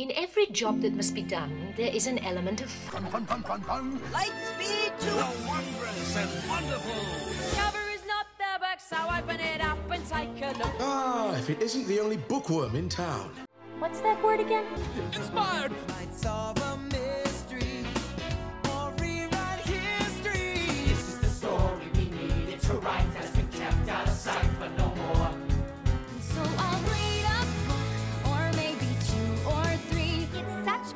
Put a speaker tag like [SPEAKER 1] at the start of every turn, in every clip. [SPEAKER 1] In every job that must be done, there is an element of fun.
[SPEAKER 2] Fun, fun, fun, fun.
[SPEAKER 3] Light speed to
[SPEAKER 4] The wondrous and wonderful.
[SPEAKER 5] Cover is not there, but so open it up and take a look.
[SPEAKER 6] Ah, if it isn't the only bookworm in town.
[SPEAKER 7] What's that word again?
[SPEAKER 4] Inspired.
[SPEAKER 3] might solve a mystery or rewrite history. This is the story we needed to write that's been kept out of sight, but no more.
[SPEAKER 7] So I'll read a book, or maybe two or three. It's such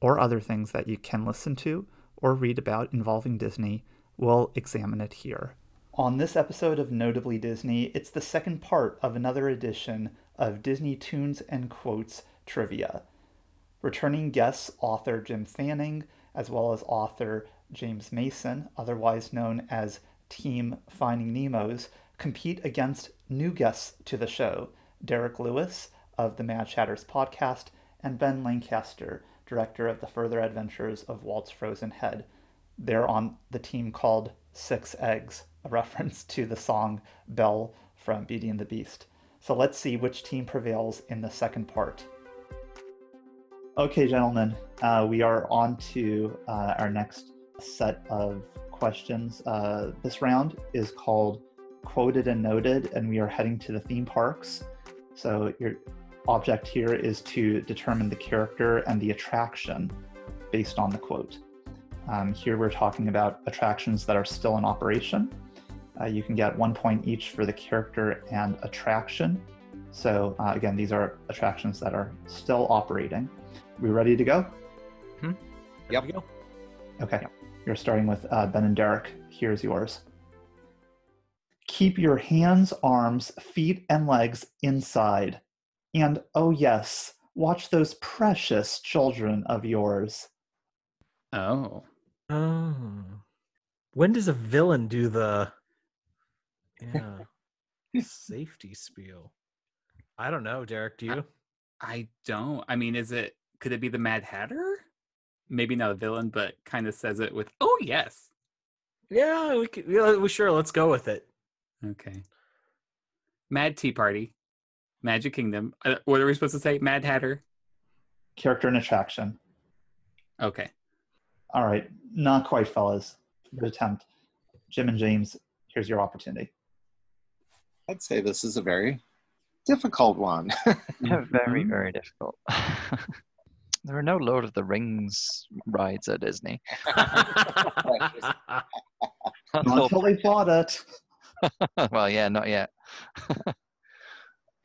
[SPEAKER 8] or other things that you can listen to or read about involving Disney, we'll examine it here. On this episode of Notably Disney, it's the second part of another edition of Disney Tunes and Quotes Trivia. Returning guests author Jim Fanning, as well as author James Mason, otherwise known as Team Finding Nemo's, compete against new guests to the show Derek Lewis of the Mad Chatters podcast and Ben Lancaster, director of the Further Adventures of Walt's Frozen Head. They're on the team called Six Eggs, a reference to the song Belle from Beauty and the Beast. So let's see which team prevails in the second part. Okay, gentlemen, uh, we are on to uh, our next set of questions. Uh, this round is called Quoted and Noted, and we are heading to the theme parks. So, your object here is to determine the character and the attraction based on the quote. Um, here we're talking about attractions that are still in operation. Uh, you can get one point each for the character and attraction. So, uh, again, these are attractions that are still operating. We ready to go?
[SPEAKER 9] Yep. Go.
[SPEAKER 8] Okay. You're starting with uh, Ben and Derek. Here's yours. Keep your hands, arms, feet, and legs inside. And oh, yes, watch those precious children of yours.
[SPEAKER 9] Oh.
[SPEAKER 10] Oh. When does a villain do the Uh, yeah, safety spiel? I don't know, Derek. Do you?
[SPEAKER 9] I don't. I mean, is it could it be the Mad Hatter? Maybe not a villain, but kind of says it with oh yes.
[SPEAKER 10] Yeah, we could, yeah, we sure. Let's go with it.
[SPEAKER 9] Okay. Mad Tea Party, Magic Kingdom. Uh, what are we supposed to say? Mad Hatter.
[SPEAKER 8] Character and attraction.
[SPEAKER 9] Okay.
[SPEAKER 8] All right. Not quite, fellas. Good attempt. Jim and James, here's your opportunity.
[SPEAKER 11] I'd say this is a very difficult one.
[SPEAKER 12] very
[SPEAKER 9] Mhm.
[SPEAKER 12] very difficult there are no lord of the rings rides at disney
[SPEAKER 8] Not until they bought it.
[SPEAKER 12] well yeah not yet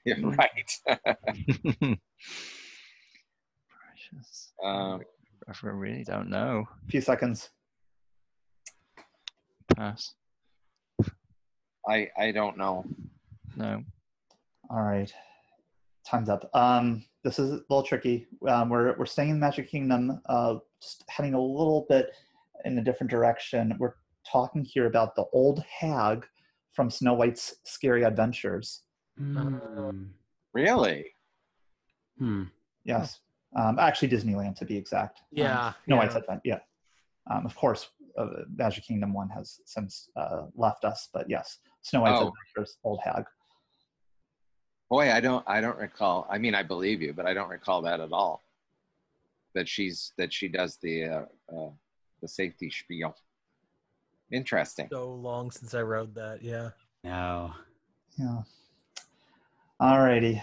[SPEAKER 11] You're
[SPEAKER 10] Hmm.
[SPEAKER 11] right.
[SPEAKER 12] precious
[SPEAKER 11] um,
[SPEAKER 12] i really don't know
[SPEAKER 8] A few seconds.
[SPEAKER 12] pass
[SPEAKER 11] I I don't know.
[SPEAKER 12] no
[SPEAKER 8] All right, time's up. Um, this is a little tricky. Um, we're we're staying in Magic Kingdom, uh, just heading a little bit in a different direction. We're talking here about the old hag from Snow White's Scary Adventures.
[SPEAKER 9] Mm.
[SPEAKER 11] Really?
[SPEAKER 9] Hmm.
[SPEAKER 8] Yes, um, actually Disneyland to be exact.
[SPEAKER 10] Hmm.
[SPEAKER 8] Um,
[SPEAKER 10] Yeah.
[SPEAKER 8] No,
[SPEAKER 10] yeah.
[SPEAKER 8] I said that. Yeah. Um, of course, uh, Magic Kingdom one has since uh, left us, but yes, Snow White's
[SPEAKER 11] Oh.
[SPEAKER 8] Adventures, Old Hag.
[SPEAKER 11] Boy, I don't I don't recall. I mean, I believe you, but I don't recall that at all. That she's that she does the uh, uh, the safety spiel. Interesting.
[SPEAKER 10] So long since I rode that. Yeah.
[SPEAKER 9] No.
[SPEAKER 8] Yeah. Alrighty,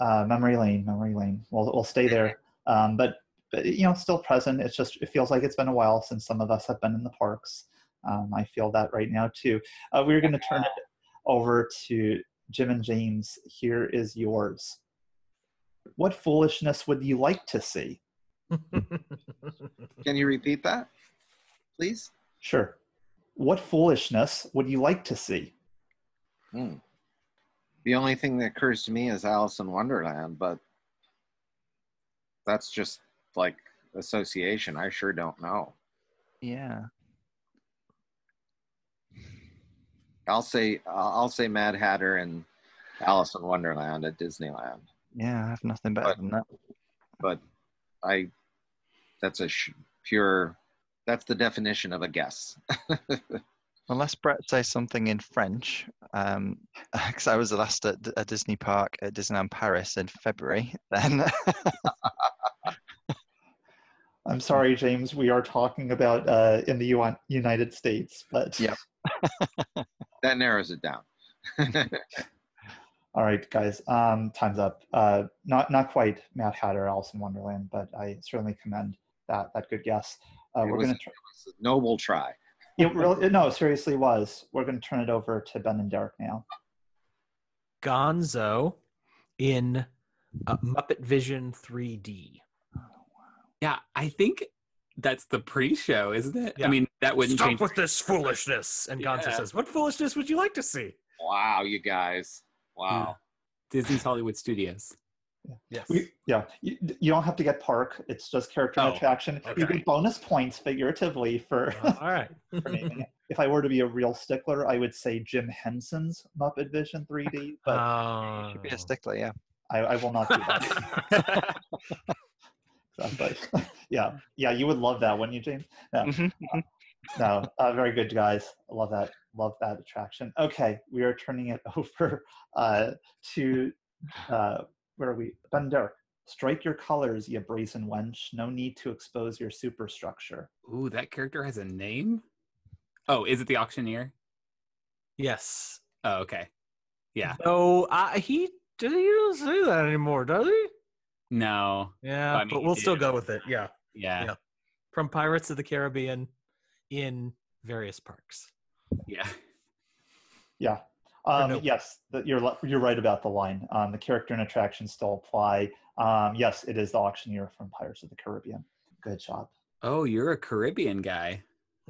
[SPEAKER 8] uh, memory lane, memory lane. We'll we'll stay there, um, but but you know, still present. It's just it feels like it's been a while since some of us have been in the parks. Um, I feel that right now too. Uh, we're going to turn it over to Jim and James. Here is yours. What foolishness would you like to see?
[SPEAKER 11] Can you repeat that, please?
[SPEAKER 8] Sure. What foolishness would you like to see?
[SPEAKER 11] Hmm. The only thing that occurs to me is Alice in Wonderland, but that's just like association. I sure don't know.
[SPEAKER 12] Yeah.
[SPEAKER 11] I'll say I'll say Mad Hatter and Alice in Wonderland at Disneyland.
[SPEAKER 12] Yeah, I have nothing better than that.
[SPEAKER 11] But I, that's a sh- pure. That's the definition of a guess.
[SPEAKER 12] Unless Brett says something in French, because I was the last at D- a Disney park at Disneyland Paris in February, then
[SPEAKER 8] I'm sorry, James. We are talking about uh, in the U- United States, but
[SPEAKER 12] yeah.
[SPEAKER 11] that narrows it down.
[SPEAKER 8] All right, guys. Um, time's up. Uh, not not quite Mad Hatter, Alice in Wonderland, but I certainly commend that that good guess. Uh,
[SPEAKER 11] It
[SPEAKER 8] we're
[SPEAKER 11] was-
[SPEAKER 8] going to. Tr-
[SPEAKER 11] Noble try.
[SPEAKER 8] it really no, it seriously was. We're going to turn it over to Ben and Derek now.
[SPEAKER 10] Gonzo in uh, Muppet Vision 3D.
[SPEAKER 9] Yeah, I think that's the pre-show, isn't it?
[SPEAKER 10] Yeah.
[SPEAKER 9] I mean, that wouldn't
[SPEAKER 10] Stop
[SPEAKER 9] change.
[SPEAKER 10] with this foolishness. And Gonzo
[SPEAKER 9] Yeah.
[SPEAKER 10] says, "What foolishness would you like to see?"
[SPEAKER 11] Wow, you guys. Wow.
[SPEAKER 9] Disney's Hollywood Studios.
[SPEAKER 10] Yes.
[SPEAKER 8] We, yeah, you, you don't have to get park. It's just character and
[SPEAKER 9] Oh,
[SPEAKER 8] attraction. You
[SPEAKER 9] okay.
[SPEAKER 8] get bonus points figuratively for.
[SPEAKER 10] Uh, All right.
[SPEAKER 8] for naming it. If I were to be a real stickler, I would say Jim Henson's Muppet Vision 3D, but
[SPEAKER 2] Uh.
[SPEAKER 10] Oh.
[SPEAKER 12] be a stickler. Yeah.
[SPEAKER 8] I, I will not do that. Uh, but yeah, yeah, you would love that, wouldn't you, James? No,
[SPEAKER 10] Mm-hmm,
[SPEAKER 8] Uh,
[SPEAKER 12] Mhm,
[SPEAKER 8] no, uh, very good, guys. I Love that, love that attraction. Okay, we are turning it over uh, to uh, where are we? Ben Derek. Strike your colors, you brazen wench. No need to expose your superstructure.
[SPEAKER 9] Ooh, that character has a name. Oh, is it the auctioneer?
[SPEAKER 10] Yes.
[SPEAKER 9] Oh, okay. Yeah.
[SPEAKER 10] So uh, he he doesn't say that anymore, does he?
[SPEAKER 9] No.
[SPEAKER 10] Yeah,
[SPEAKER 9] Well, I mean,
[SPEAKER 10] but we'll
[SPEAKER 9] he
[SPEAKER 10] still
[SPEAKER 9] did.
[SPEAKER 10] go with it. Yeah.
[SPEAKER 9] Yeah.
[SPEAKER 10] Yeah. From Pirates of the Caribbean in various parks.
[SPEAKER 9] Yeah.
[SPEAKER 8] Yeah.
[SPEAKER 10] Or
[SPEAKER 8] Um,
[SPEAKER 10] no.
[SPEAKER 8] Yes, that you're li- you're right about the line. Um, the character and attraction still apply. Um, yes, it is the auctioneer from Pirates of the Caribbean. Good job.
[SPEAKER 9] Oh, you're a Caribbean guy.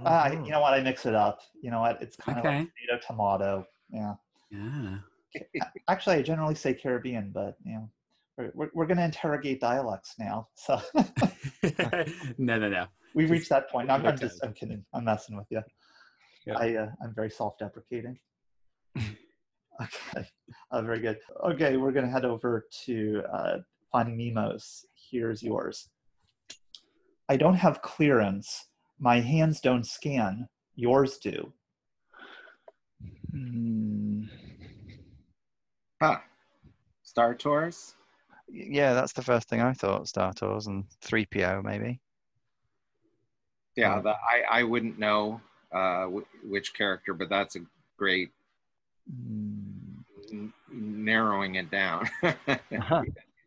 [SPEAKER 8] Ah,
[SPEAKER 10] Mhm.
[SPEAKER 2] Mm-hmm.
[SPEAKER 8] you know what? I mix it up. You know what? It's kind of like
[SPEAKER 9] Okay.
[SPEAKER 8] tomato tomato. Yeah.
[SPEAKER 9] Yeah.
[SPEAKER 8] Actually, I generally say Caribbean, but you know, we're we're, we're going to interrogate dialects now. So
[SPEAKER 9] no, no, no.
[SPEAKER 8] we've reached that point. I'm, I'm
[SPEAKER 9] Okay.
[SPEAKER 8] just I'm kidding. I'm messing with you.
[SPEAKER 10] Yeah.
[SPEAKER 8] I uh, I'm very self-deprecating. okay, uh, very good. Okay, we're gonna head over to uh, Finding Nemo's. Here's yours. I don't have clearance. My hands don't scan. Yours do.
[SPEAKER 12] Hmm.
[SPEAKER 11] Huh. Star Tours?
[SPEAKER 12] Yeah, that's the first thing I thought. Star Tours and 3PO maybe.
[SPEAKER 11] Yeah, the, I, I wouldn't know uh, wh- which character, but that's a great
[SPEAKER 12] Hmm.
[SPEAKER 11] n- narrowing it down.
[SPEAKER 12] Uh-huh.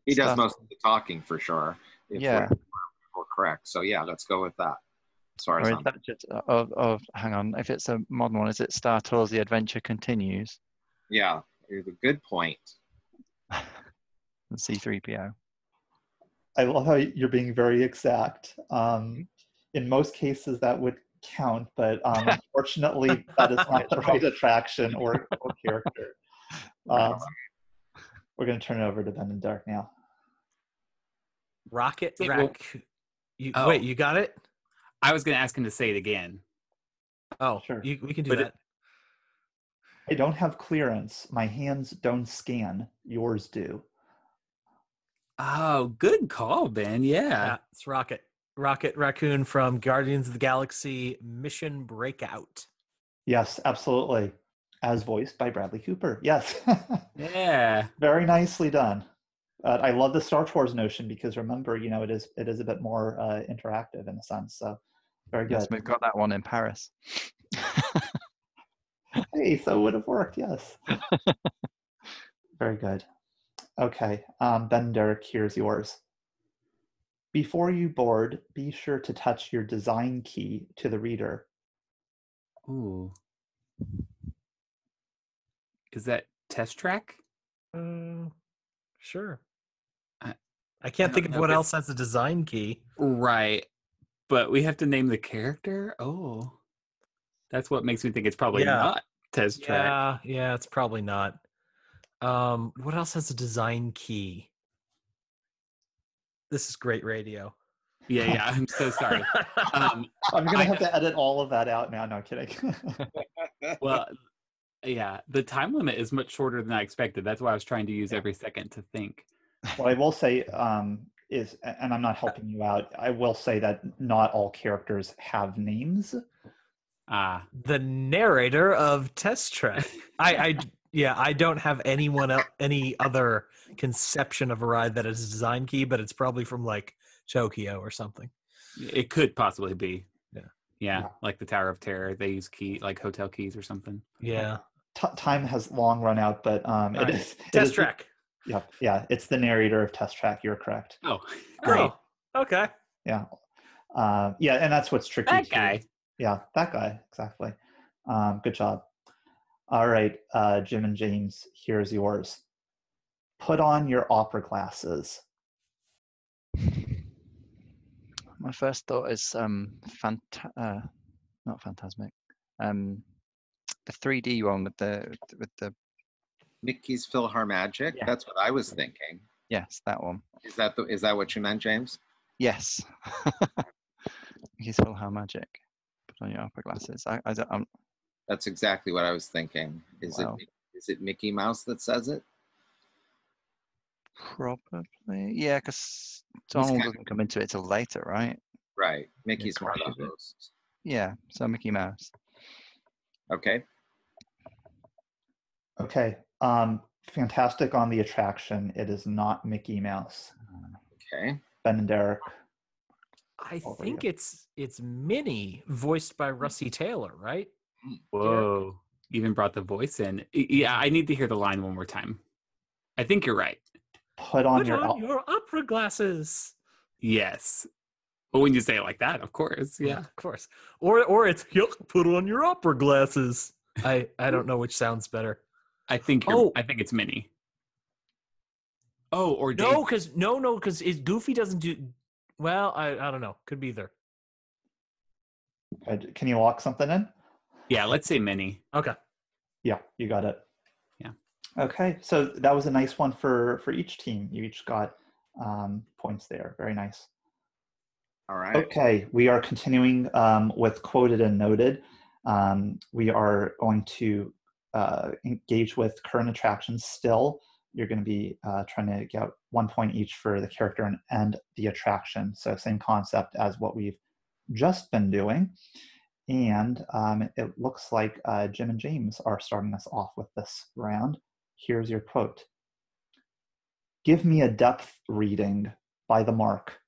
[SPEAKER 11] he does
[SPEAKER 12] Stuff.
[SPEAKER 11] most of the talking for sure. If
[SPEAKER 12] Yeah.
[SPEAKER 11] We're, if we're correct. So yeah, let's go with that. As far as
[SPEAKER 12] Or is
[SPEAKER 11] I'm,
[SPEAKER 12] that just? Oh, oh, hang on. If it's a modern one, is it Star Tours: The Adventure Continues?
[SPEAKER 11] yeah, it's a good point.
[SPEAKER 12] And C3PO.
[SPEAKER 8] I love how you're being very exact. Um, in most cases, that would count, but um, unfortunately, that is not the right attraction or, or character. Um, we're going to turn it over to Ben and Dark now.
[SPEAKER 10] Rocket
[SPEAKER 9] It will-
[SPEAKER 10] Rack. You,
[SPEAKER 9] Oh.
[SPEAKER 10] Wait, you got it?
[SPEAKER 9] I was going to ask him to say it again.
[SPEAKER 10] Oh,
[SPEAKER 8] Sure.
[SPEAKER 10] you, we can do
[SPEAKER 9] But it-
[SPEAKER 10] that.
[SPEAKER 8] I don't have clearance. My hands don't scan. Yours do.
[SPEAKER 9] Oh, good call, Ben. Yeah.
[SPEAKER 10] yeah, it's Rocket. Rocket Raccoon from Guardians of the Galaxy Mission Breakout.
[SPEAKER 8] Yes, absolutely. As voiced by Bradley Cooper. Yes.
[SPEAKER 9] Yeah.
[SPEAKER 8] very nicely done. Uh, I love the Star Tours notion because remember, you know, it is it is a bit more uh, interactive in a sense. So very good.
[SPEAKER 12] Yes, we've got that one in Paris.
[SPEAKER 8] Hey, so it would have worked. Yes. very good. Okay, um, Ben Derek, here's yours. Before you board, be sure to touch your design key to the reader.
[SPEAKER 9] Ooh. Is that test track?
[SPEAKER 10] Uh, sure.
[SPEAKER 9] I,
[SPEAKER 10] I can't
[SPEAKER 9] don't
[SPEAKER 10] think of
[SPEAKER 9] know
[SPEAKER 10] what
[SPEAKER 9] if
[SPEAKER 10] else has a design key.
[SPEAKER 9] Right. But we have to name the character? Oh. That's what makes me think it's probably
[SPEAKER 10] Yeah.
[SPEAKER 9] not test track.
[SPEAKER 10] Yeah, yeah, it's probably not. Um, what else has a design key? This is great radio.
[SPEAKER 9] Yeah, yeah. I'm so sorry. Um,
[SPEAKER 8] I'm gonna
[SPEAKER 9] I-
[SPEAKER 8] have to edit all of that out now. No I'm kidding.
[SPEAKER 9] well, yeah, the time limit is much shorter than I expected. That's why I was trying to use every second to think.
[SPEAKER 8] what I will say um, is, a- and I'm not helping you out. I will say that not all characters have names.
[SPEAKER 9] Ah,
[SPEAKER 10] the narrator of Test Track. I, I, yeah, I don't have anyone el- any other conception of a ride that is a design key, but it's probably from like Tokyo or something.
[SPEAKER 9] It could possibly be.
[SPEAKER 10] Yeah.
[SPEAKER 9] Yeah, like the Tower of Terror, they use key like hotel keys or something.
[SPEAKER 10] Yeah.
[SPEAKER 8] T- time has long run out, but um,
[SPEAKER 9] All
[SPEAKER 8] it
[SPEAKER 9] right.
[SPEAKER 8] is it
[SPEAKER 10] Test
[SPEAKER 8] is-
[SPEAKER 10] Track.
[SPEAKER 8] Yep. Yeah, it's the narrator of Test Track. You're correct.
[SPEAKER 9] Oh,
[SPEAKER 8] Great.
[SPEAKER 10] okay.
[SPEAKER 8] Yeah. Uh, yeah, and that's what's tricky.
[SPEAKER 9] That
[SPEAKER 8] too.
[SPEAKER 9] guy.
[SPEAKER 8] Yeah, that guy exactly. Um, good job. All right, uh, Jim and James, here's yours. Put on your opera glasses.
[SPEAKER 12] My first thought is um, phanta- uh, not phantasmic. Um, the 3D one with the with the
[SPEAKER 11] Mickey's PhilharMagic. That's what I was thinking.
[SPEAKER 12] yes, that one.
[SPEAKER 11] Is that the, is that what you meant, James?
[SPEAKER 12] Yes. He's all how magic. Put on your opera glasses. I, I don't, I'm,
[SPEAKER 11] That's exactly what I was thinking. Is
[SPEAKER 12] Wow.
[SPEAKER 11] it is it Mickey Mouse that says it?
[SPEAKER 12] Probably, yeah, because
[SPEAKER 11] kind
[SPEAKER 12] Donald
[SPEAKER 11] of-
[SPEAKER 12] doesn't come into it till later, right?
[SPEAKER 11] Right. Mickey's one of
[SPEAKER 12] crushes it.
[SPEAKER 11] those.
[SPEAKER 12] Yeah, so Mickey Mouse.
[SPEAKER 11] Okay.
[SPEAKER 8] Okay. Um, fantastic on the attraction. It is not Mickey Mouse.
[SPEAKER 11] Okay.
[SPEAKER 8] Ben and Derek.
[SPEAKER 10] I
[SPEAKER 8] Over
[SPEAKER 10] think it's it's Minnie, voiced by Russie Taylor, right?
[SPEAKER 9] Whoa. Even brought the voice in. Y- Yeah, I need to hear the line one more time. I think you're right.
[SPEAKER 8] Put on
[SPEAKER 10] Put
[SPEAKER 8] your.
[SPEAKER 10] on
[SPEAKER 8] op-
[SPEAKER 10] your opera glasses.
[SPEAKER 9] Yes. But when you say it like that, of course. Yeah.
[SPEAKER 10] of course. Or or it's "Yup, put on your opera glasses. I I don't know which sounds better.
[SPEAKER 9] I think you're,
[SPEAKER 10] Oh.
[SPEAKER 9] I think it's Minnie. Oh, or
[SPEAKER 10] No, because no, no, because Goofy doesn't do. Well, I I don't know. Could be either.
[SPEAKER 8] Uh, Can you lock something in?
[SPEAKER 9] Yeah, let's say Minnie.
[SPEAKER 10] Okay.
[SPEAKER 8] Yeah, you got it.
[SPEAKER 9] Yeah.
[SPEAKER 8] Okay, so that was a nice one for for each team. You each got um, points there. Very nice.
[SPEAKER 11] All right.
[SPEAKER 8] Okay, we are continuing um, with quoted and noted. Um, we are going to uh, engage with current attractions still. You're going to be uh, trying to get one point each for the character and, and the attraction. So, same concept as what we've just been doing. And um, it looks like uh, Jim and James are starting us off with this round. Here's your quote Give me a depth reading by the mark.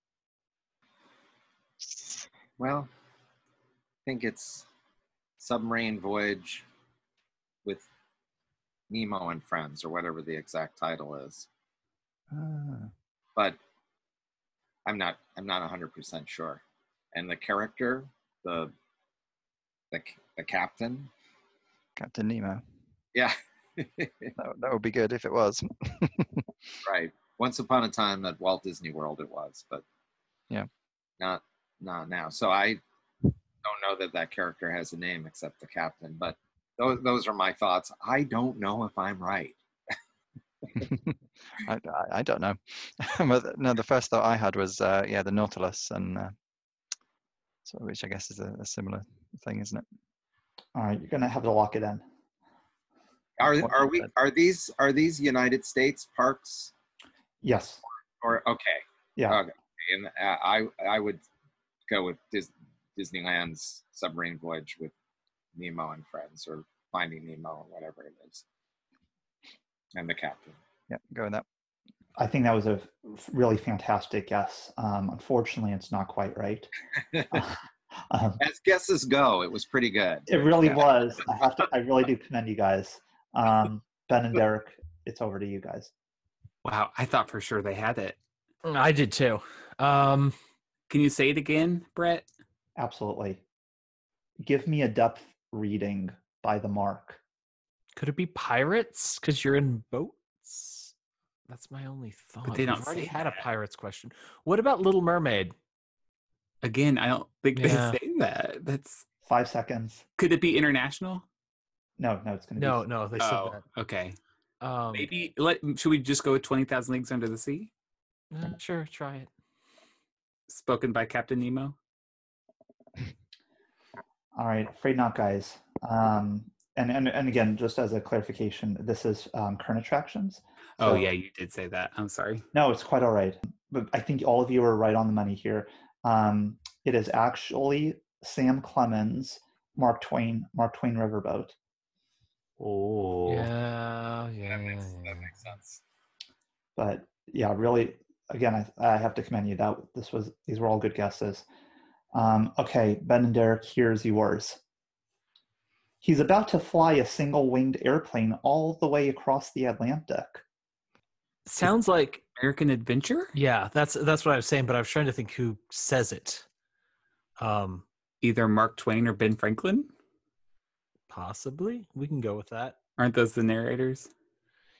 [SPEAKER 11] Well, I think it's Submarine Voyage with Nemo and Friends, or whatever the exact title is.
[SPEAKER 12] Ah.
[SPEAKER 11] But I'm not. I'm not 100% sure. And the character, the the, c- the captain.
[SPEAKER 12] Captain Nemo.
[SPEAKER 11] Yeah.
[SPEAKER 12] That, that would be good if it was.
[SPEAKER 11] right. Once upon a time at Walt Disney World, it was, but
[SPEAKER 12] Yeah.
[SPEAKER 11] not not now. So I don't know that that character has a name except the captain. But those those are my thoughts. I don't know if I'm right.
[SPEAKER 12] I, I, I don't know. But the- no, the first thought I had was uh, yeah, the Nautilus, and uh, so which I guess is a, a similar thing, isn't it?
[SPEAKER 8] All right, you're gonna have to lock it in.
[SPEAKER 11] Are
[SPEAKER 12] What
[SPEAKER 11] are
[SPEAKER 12] is
[SPEAKER 11] we
[SPEAKER 12] that?
[SPEAKER 11] are these are these United States parks
[SPEAKER 8] Yes.
[SPEAKER 11] or okay?
[SPEAKER 8] Yeah.
[SPEAKER 11] Okay. And uh, I I would go with Dis- Disneyland's submarine voyage with Nemo and friends, or Finding Nemo, or whatever it is, and the captain.
[SPEAKER 12] Yeah, go with that.
[SPEAKER 8] I think that was a f- really fantastic guess. Um, unfortunately, it's not quite right. um,
[SPEAKER 11] As guesses go, it was pretty good.
[SPEAKER 8] it really was. I have to. I really do commend you guys, um, Ben and Derek. It's over to you guys.
[SPEAKER 9] Wow, I thought for sure they had it.
[SPEAKER 10] Mm.
[SPEAKER 2] I did too. Um,
[SPEAKER 9] Can you say it again, Brett?
[SPEAKER 8] Absolutely. Give me a depth reading by the mark.
[SPEAKER 2] Could it be pirates? Because you're in boats. That's my only thought.
[SPEAKER 9] they
[SPEAKER 2] We've
[SPEAKER 9] don't
[SPEAKER 2] already
[SPEAKER 9] say
[SPEAKER 2] had a pirates question. What about Little Mermaid?
[SPEAKER 9] Again, I don't think they
[SPEAKER 2] Yeah.
[SPEAKER 9] say that. That's
[SPEAKER 8] five seconds.
[SPEAKER 9] Could it be international?
[SPEAKER 8] No, no, it's gonna
[SPEAKER 2] No,
[SPEAKER 8] be
[SPEAKER 2] no, they said
[SPEAKER 9] Oh,
[SPEAKER 2] that.
[SPEAKER 9] Okay.
[SPEAKER 2] Um,
[SPEAKER 9] Maybe let should we just go with Twenty Thousand Leagues Under the Sea?
[SPEAKER 2] uh, sure, try it.
[SPEAKER 9] Spoken by Captain Nemo.
[SPEAKER 8] All right, afraid not, guys. Um, and, and and again, just as a clarification, this is um, current attractions.
[SPEAKER 9] Oh
[SPEAKER 8] So-
[SPEAKER 9] yeah, you did say that. I'm sorry.
[SPEAKER 8] No, it's quite all right. But I think all of you are right on the money here. Um, it is actually Sam Clemens, Mark Twain, Mark Twain Riverboat.
[SPEAKER 9] Oh.
[SPEAKER 2] Yeah, yeah.
[SPEAKER 11] That makes sense.
[SPEAKER 8] But yeah, really, again, I, I have to commend you. That this was these were all good guesses. Um, okay, Ben and Derek, here's yours. He's about to fly a single winged airplane all the way across the Atlantic.
[SPEAKER 2] Sounds like
[SPEAKER 9] American Adventure.
[SPEAKER 2] Yeah, that's that's what I was saying, but I was trying to think who says it. Um,
[SPEAKER 9] Either Mark Twain or Ben Franklin.
[SPEAKER 2] possibly we can go with that.
[SPEAKER 9] Aren't those the narrators?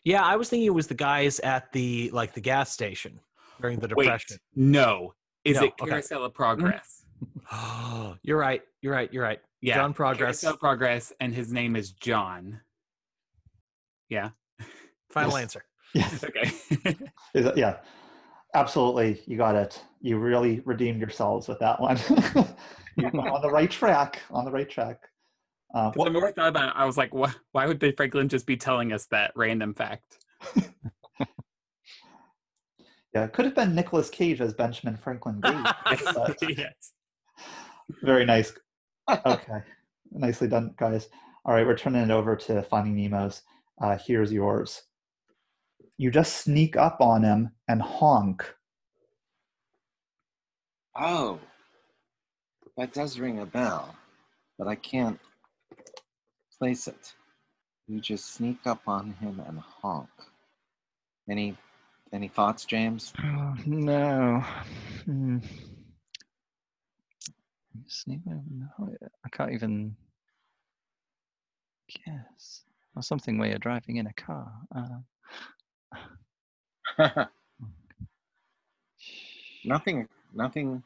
[SPEAKER 2] Yeah, I was thinking it was the guys at the like the gas station during the depression.
[SPEAKER 9] Wait, no. Is
[SPEAKER 2] No,
[SPEAKER 9] it
[SPEAKER 2] okay. Mm-hmm.
[SPEAKER 9] Carousel of Progress?
[SPEAKER 2] Oh, you're right. You're right. You're right.
[SPEAKER 9] Yeah.
[SPEAKER 2] John Progress.
[SPEAKER 9] Carousel of Progress, and his name is John. Yeah.
[SPEAKER 2] Final
[SPEAKER 8] Yes.
[SPEAKER 2] answer.
[SPEAKER 8] Yes.
[SPEAKER 9] Okay.
[SPEAKER 8] Is that- yeah, absolutely. You got it. You really redeemed yourselves with that one. you went on the right track. On the right track. Uh,
[SPEAKER 9] 'Cause the more I thought about it, I was like, why, why would Ben Franklin just be telling us that random fact?
[SPEAKER 8] yeah, it could have been Nicolas Cage as Benjamin Franklin. Gage, but-
[SPEAKER 9] yes.
[SPEAKER 8] Very nice. Okay, nicely done, guys. All right, we're turning it over to Finding Nemo's. Uh, here's yours. You just sneak up on him and honk.
[SPEAKER 11] Oh, that does ring a bell, but I can't place it. You just sneak up on him and honk. Any, any thoughts, James?
[SPEAKER 12] Oh, no. Hmm. Sneak up- no, I can't even guess. Or something where you're driving in a car. Uh,
[SPEAKER 11] Nothing, nothing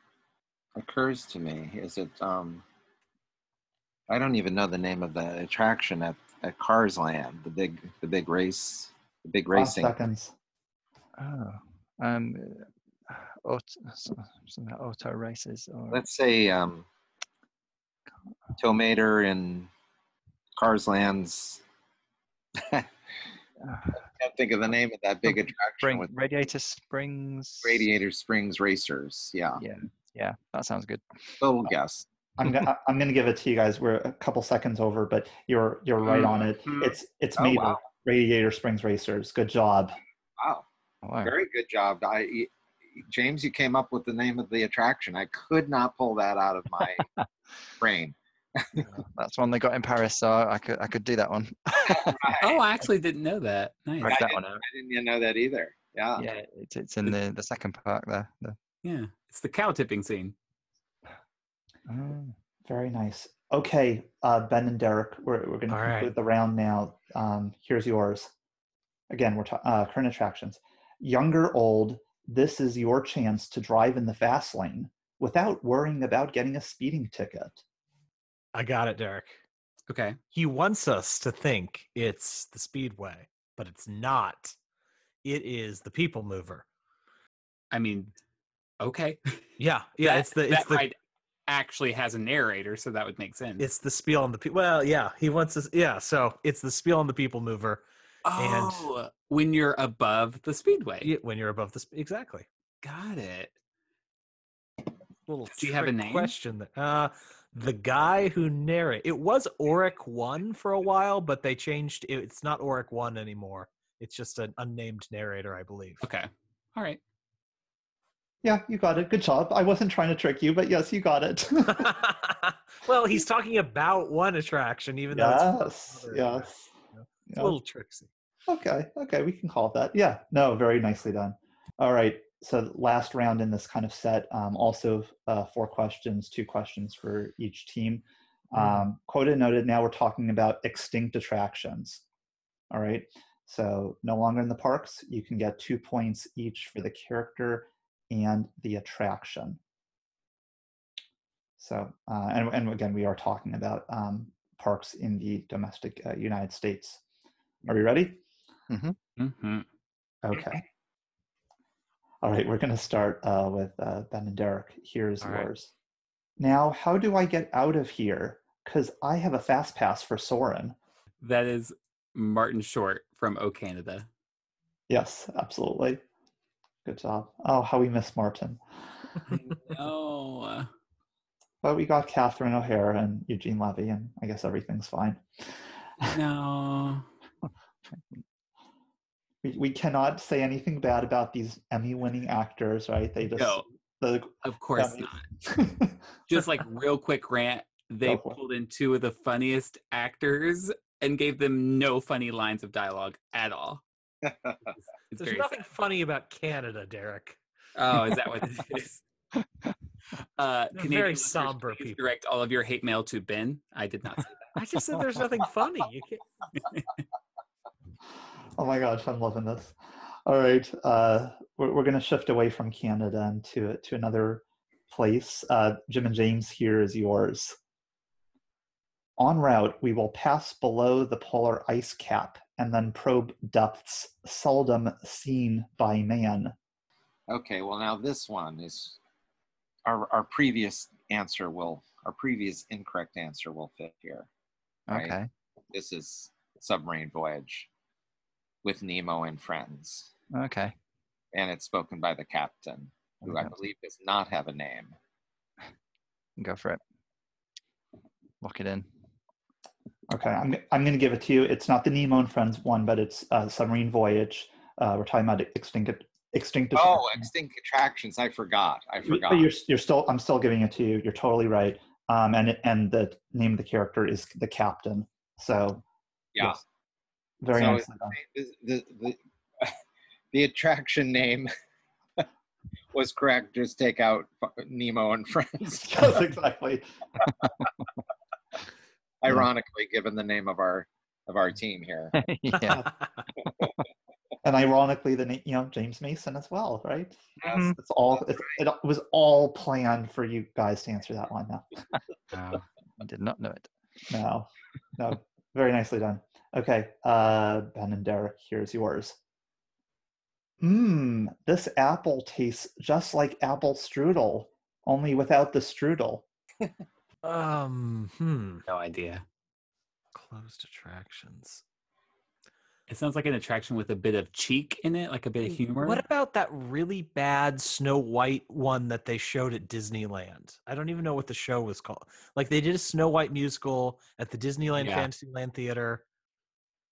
[SPEAKER 11] occurs to me. Is it? Um, I don't even know the name of the attraction at, at Cars Land. The big, the big race, the big
[SPEAKER 8] Five
[SPEAKER 11] racing.
[SPEAKER 8] seconds.
[SPEAKER 12] oh, um, auto, something about auto races. Or,
[SPEAKER 11] Let's say um, Tomater in Cars Land's. I
[SPEAKER 12] uh,
[SPEAKER 11] can't think of the name of that big attraction with
[SPEAKER 12] Radiator Springs.
[SPEAKER 11] Radiator Springs Racers. Yeah,
[SPEAKER 12] Yeah, yeah, that sounds good.
[SPEAKER 11] little guess.
[SPEAKER 8] I'm gonna I'm gonna give it to you guys. We're a couple seconds over, but you're you're right on it. It's it's
[SPEAKER 11] Oh,
[SPEAKER 8] made
[SPEAKER 11] wow.
[SPEAKER 8] of Radiator Springs Racers. Good job.
[SPEAKER 11] Wow.
[SPEAKER 12] Oh,
[SPEAKER 11] Very good job. I, y- James, you came up with the name of the attraction. I could not pull that out of my brain.
[SPEAKER 12] That's one they got in Paris, so I could I could do that one.
[SPEAKER 9] Oh, I actually didn't know that. Nice.
[SPEAKER 12] Check
[SPEAKER 11] I
[SPEAKER 12] that
[SPEAKER 11] didn't,
[SPEAKER 12] one
[SPEAKER 11] I
[SPEAKER 12] out.
[SPEAKER 11] didn't even know that either. Yeah.
[SPEAKER 12] Yeah, it's, it's in the, the second park there. The,
[SPEAKER 9] Yeah. It's the cow tipping scene.
[SPEAKER 12] oh,
[SPEAKER 8] Mm, Very nice. Okay, uh, Ben and Derek, we're, we're going to
[SPEAKER 2] All right.
[SPEAKER 8] conclude the round now. Um, here's yours. Again, we're ta- uh, current attractions. Young or old, this is your chance to drive in the fast lane without worrying about getting a speeding ticket.
[SPEAKER 2] I got it, Derek.
[SPEAKER 9] Okay.
[SPEAKER 2] He wants us to think it's the speedway, but it's not. It is the people mover.
[SPEAKER 9] I mean, okay.
[SPEAKER 2] Yeah, yeah.
[SPEAKER 9] That-
[SPEAKER 2] it's the it's
[SPEAKER 9] that
[SPEAKER 2] the
[SPEAKER 9] ride actually has a narrator, so that would make sense.
[SPEAKER 2] it's the spiel on the people. Well, yeah, he wants us. Yeah, so it's the spiel on the people mover.
[SPEAKER 9] oh, when you're above the speedway.
[SPEAKER 2] Yeah, when you're above this, exactly.
[SPEAKER 9] Got it.
[SPEAKER 2] Little
[SPEAKER 9] Do you have a
[SPEAKER 2] trick
[SPEAKER 9] name?
[SPEAKER 2] question? There. Uh, the guy who narrate it was Oric One for a while, but they changed. It, it's not Oric One anymore. It's just an unnamed narrator, I believe.
[SPEAKER 9] Okay. All right.
[SPEAKER 8] Yeah, you got it. Good job. I wasn't trying to trick you, but yes, you got it.
[SPEAKER 2] well, he's talking about one attraction, even though it's
[SPEAKER 8] yes,
[SPEAKER 2] another
[SPEAKER 8] yes.
[SPEAKER 2] attraction. It's
[SPEAKER 8] Yeah.
[SPEAKER 2] a little tricksy.
[SPEAKER 8] Okay, okay, we can call it that. Yeah, no, very nicely done. All right, so last round in this kind of set, um, also uh, four questions, two questions for each team. Um, quoted noted, now we're talking about extinct attractions. All right, so no longer in the parks, you can get two points each for the character and the attraction. So, uh, and, and again, we are talking about um, parks in the domestic uh, United States. Are we ready?
[SPEAKER 12] Mm-hmm.
[SPEAKER 9] Mm-hmm.
[SPEAKER 8] Okay. All right, we're going to start uh, with uh, Ben and Derek. Here's
[SPEAKER 9] All right.
[SPEAKER 8] yours. Now, how do I get out of here? Because I have a fast pass for Soren.
[SPEAKER 9] That is Martin Short from O Canada.
[SPEAKER 8] Yes, absolutely. Good job. Oh, how we miss Martin.
[SPEAKER 9] No.
[SPEAKER 8] But we got Catherine O'Hara and Eugene Levy, and I guess everything's fine.
[SPEAKER 9] No.
[SPEAKER 8] We, we cannot say anything bad about these Emmy winning actors, right? They just.
[SPEAKER 9] No.
[SPEAKER 8] the,
[SPEAKER 9] Of course
[SPEAKER 8] Emmys.
[SPEAKER 9] not. Just like real quick rant, they
[SPEAKER 8] Go for it.
[SPEAKER 9] pulled in two of the funniest actors and gave them no funny lines of dialogue at all. It's, it's
[SPEAKER 2] There's
[SPEAKER 9] very
[SPEAKER 2] nothing funny about Canada, Derek.
[SPEAKER 9] Oh, is that what it is? Uh,
[SPEAKER 2] They're
[SPEAKER 9] Canadian
[SPEAKER 2] very
[SPEAKER 9] listeners,
[SPEAKER 2] somber
[SPEAKER 9] please Direct all of your hate mail to Ben. I did not. Say
[SPEAKER 2] I just said there's nothing funny. You can't...
[SPEAKER 8] Oh my gosh, I'm loving this. All right, uh, we're, we're going to shift away from Canada and to to another place. Uh, Jim and James, here is yours. En route, we will pass below the polar ice cap and then probe depths seldom seen by man.
[SPEAKER 11] Okay, well now this one is our our previous answer will our previous incorrect answer will fit here. right?
[SPEAKER 12] Okay.
[SPEAKER 11] This is submarine voyage with Nemo and friends,
[SPEAKER 12] Okay.
[SPEAKER 11] and it's spoken by the captain, who I
[SPEAKER 12] Okay.
[SPEAKER 11] believe does not have a name.
[SPEAKER 12] Go for it. Lock it in.
[SPEAKER 8] Okay, I'm I'm going to give it to you. It's not the Nemo and Friends one, but it's uh, submarine voyage. Uh, we're talking about extinct extinct.
[SPEAKER 11] Oh, extinct attractions! I forgot. I
[SPEAKER 8] But-
[SPEAKER 11] forgot.
[SPEAKER 8] But you're you're still I'm still giving it to you. You're totally right. Um, and it- and the name of the character is the captain. So
[SPEAKER 11] Yeah.
[SPEAKER 8] yes. very
[SPEAKER 11] So
[SPEAKER 8] nicely done.
[SPEAKER 11] the, the, the, the attraction name was correct. Just take out Nemo and friends.
[SPEAKER 8] Yes, exactly.
[SPEAKER 11] Ironically, given the name of our of our team here.
[SPEAKER 12] yeah.
[SPEAKER 8] And ironically, the name you know James Mason as well, right?
[SPEAKER 11] Yes.
[SPEAKER 8] It's all it's, it was all planned for you guys to answer that one. Now,
[SPEAKER 9] Oh,
[SPEAKER 12] I did not know it.
[SPEAKER 8] no, no, very nicely done. Okay, uh, Ben and Derek, here's yours. Mmm, this apple tastes just like apple strudel, only without the strudel.
[SPEAKER 2] Um, hmm.
[SPEAKER 9] no idea.
[SPEAKER 2] Closed attractions.
[SPEAKER 9] It sounds like an attraction with a bit of cheek in it, like a bit of humor.
[SPEAKER 2] What about that really bad Snow White one that they showed at Disneyland? I don't even know what the show was called. Like they did a Snow White musical at the Disneyland
[SPEAKER 9] Yeah.
[SPEAKER 2] Fantasyland Theater.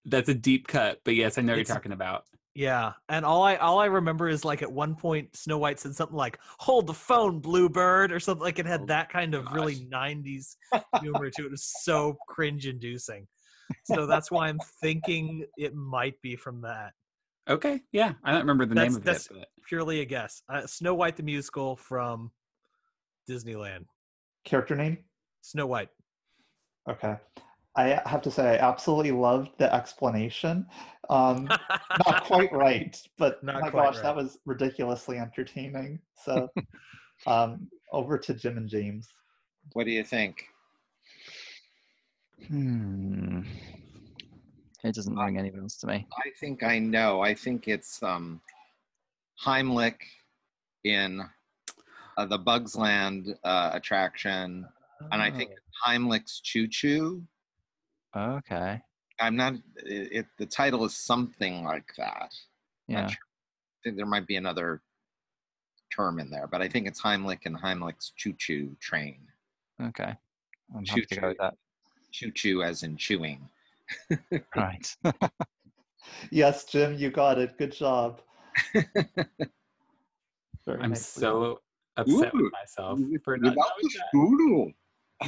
[SPEAKER 9] That's a deep cut, but yes, I know what you're
[SPEAKER 2] It's-
[SPEAKER 9] talking about.
[SPEAKER 2] Yeah, and all I all I remember is like at one point Snow White said something like "Hold the phone, Bluebird" or something like it had
[SPEAKER 9] Oh,
[SPEAKER 2] that kind of really
[SPEAKER 9] gosh.
[SPEAKER 2] '90s humor to it. It was so cringe-inducing. So that's why I'm thinking it might be from that.
[SPEAKER 9] Okay, yeah, I don't remember the
[SPEAKER 2] That's-
[SPEAKER 9] name of it.
[SPEAKER 2] that's-
[SPEAKER 9] But
[SPEAKER 2] Purely a guess. Uh, Snow White the musical from Disneyland.
[SPEAKER 8] Character name?
[SPEAKER 2] Snow White.
[SPEAKER 8] Okay. I have to say, I absolutely loved the explanation. Um, not quite right, but
[SPEAKER 2] Not
[SPEAKER 8] my
[SPEAKER 2] quite
[SPEAKER 8] gosh, that
[SPEAKER 2] right.
[SPEAKER 8] was ridiculously entertaining. So, um, over to Jim and James.
[SPEAKER 11] What do you think?
[SPEAKER 12] Hmm. It doesn't ring any bells to me.
[SPEAKER 11] I think I know. I think it's um, Heimlich in uh, the Bugs Land uh, attraction, and I think Heimlich's Choo Choo.
[SPEAKER 12] Oh, okay.
[SPEAKER 11] I'm not. It, it the title is something like that.
[SPEAKER 12] Yeah.
[SPEAKER 11] sure. I think there might be another term in there, but I think it's Heimlich and Heimlich's Choo Choo train.
[SPEAKER 12] Okay. I'm happy to go with that.
[SPEAKER 11] Choo Choo as in chewing.
[SPEAKER 12] Right.
[SPEAKER 8] Yes, Jim, you got it. Good job. Very
[SPEAKER 9] I'm
[SPEAKER 8] nicely done.
[SPEAKER 9] so upset
[SPEAKER 11] Ooh,
[SPEAKER 9] with myself for not
[SPEAKER 11] Without
[SPEAKER 9] knowing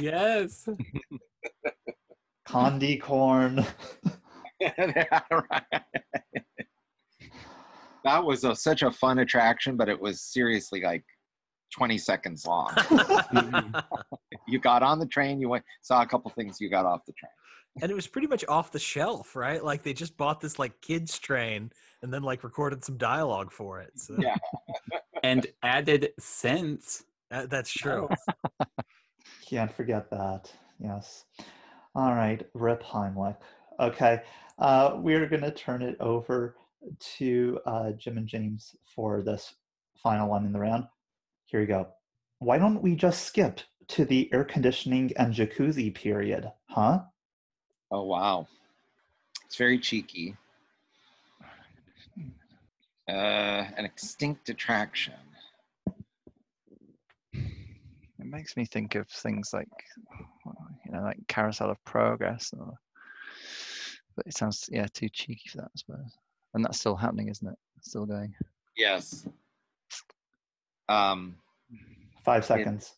[SPEAKER 11] the strudel.
[SPEAKER 9] that. Yes.
[SPEAKER 8] Candy corn.
[SPEAKER 11] that was a, such a fun attraction, but it was seriously like 20 seconds long.
[SPEAKER 9] Mm-hmm.
[SPEAKER 11] you got on the train, you went, saw a couple things, you got off the train.
[SPEAKER 2] and it was pretty much off the shelf, right? Like they just bought this like kids train and then like recorded some dialogue for it. So.
[SPEAKER 11] Yeah.
[SPEAKER 9] and added sense.
[SPEAKER 2] that's
[SPEAKER 9] Oh,
[SPEAKER 2] true.
[SPEAKER 8] Can't forget that. Yes. All right, Rip Heimlich. Okay, uh, we're going to turn it over to uh, Jim and James for this final one in the round. Here we go. Why don't we just skip to the air conditioning and jacuzzi period, huh?
[SPEAKER 11] Oh, wow. It's very cheeky. Uh, an extinct attraction.
[SPEAKER 12] It makes me think of things like, you know, like Carousel of Progress. Or, but it sounds, yeah, too cheeky for that, I suppose. And that's still happening, isn't it? It's still going.
[SPEAKER 11] Yes. Um,
[SPEAKER 8] Five seconds.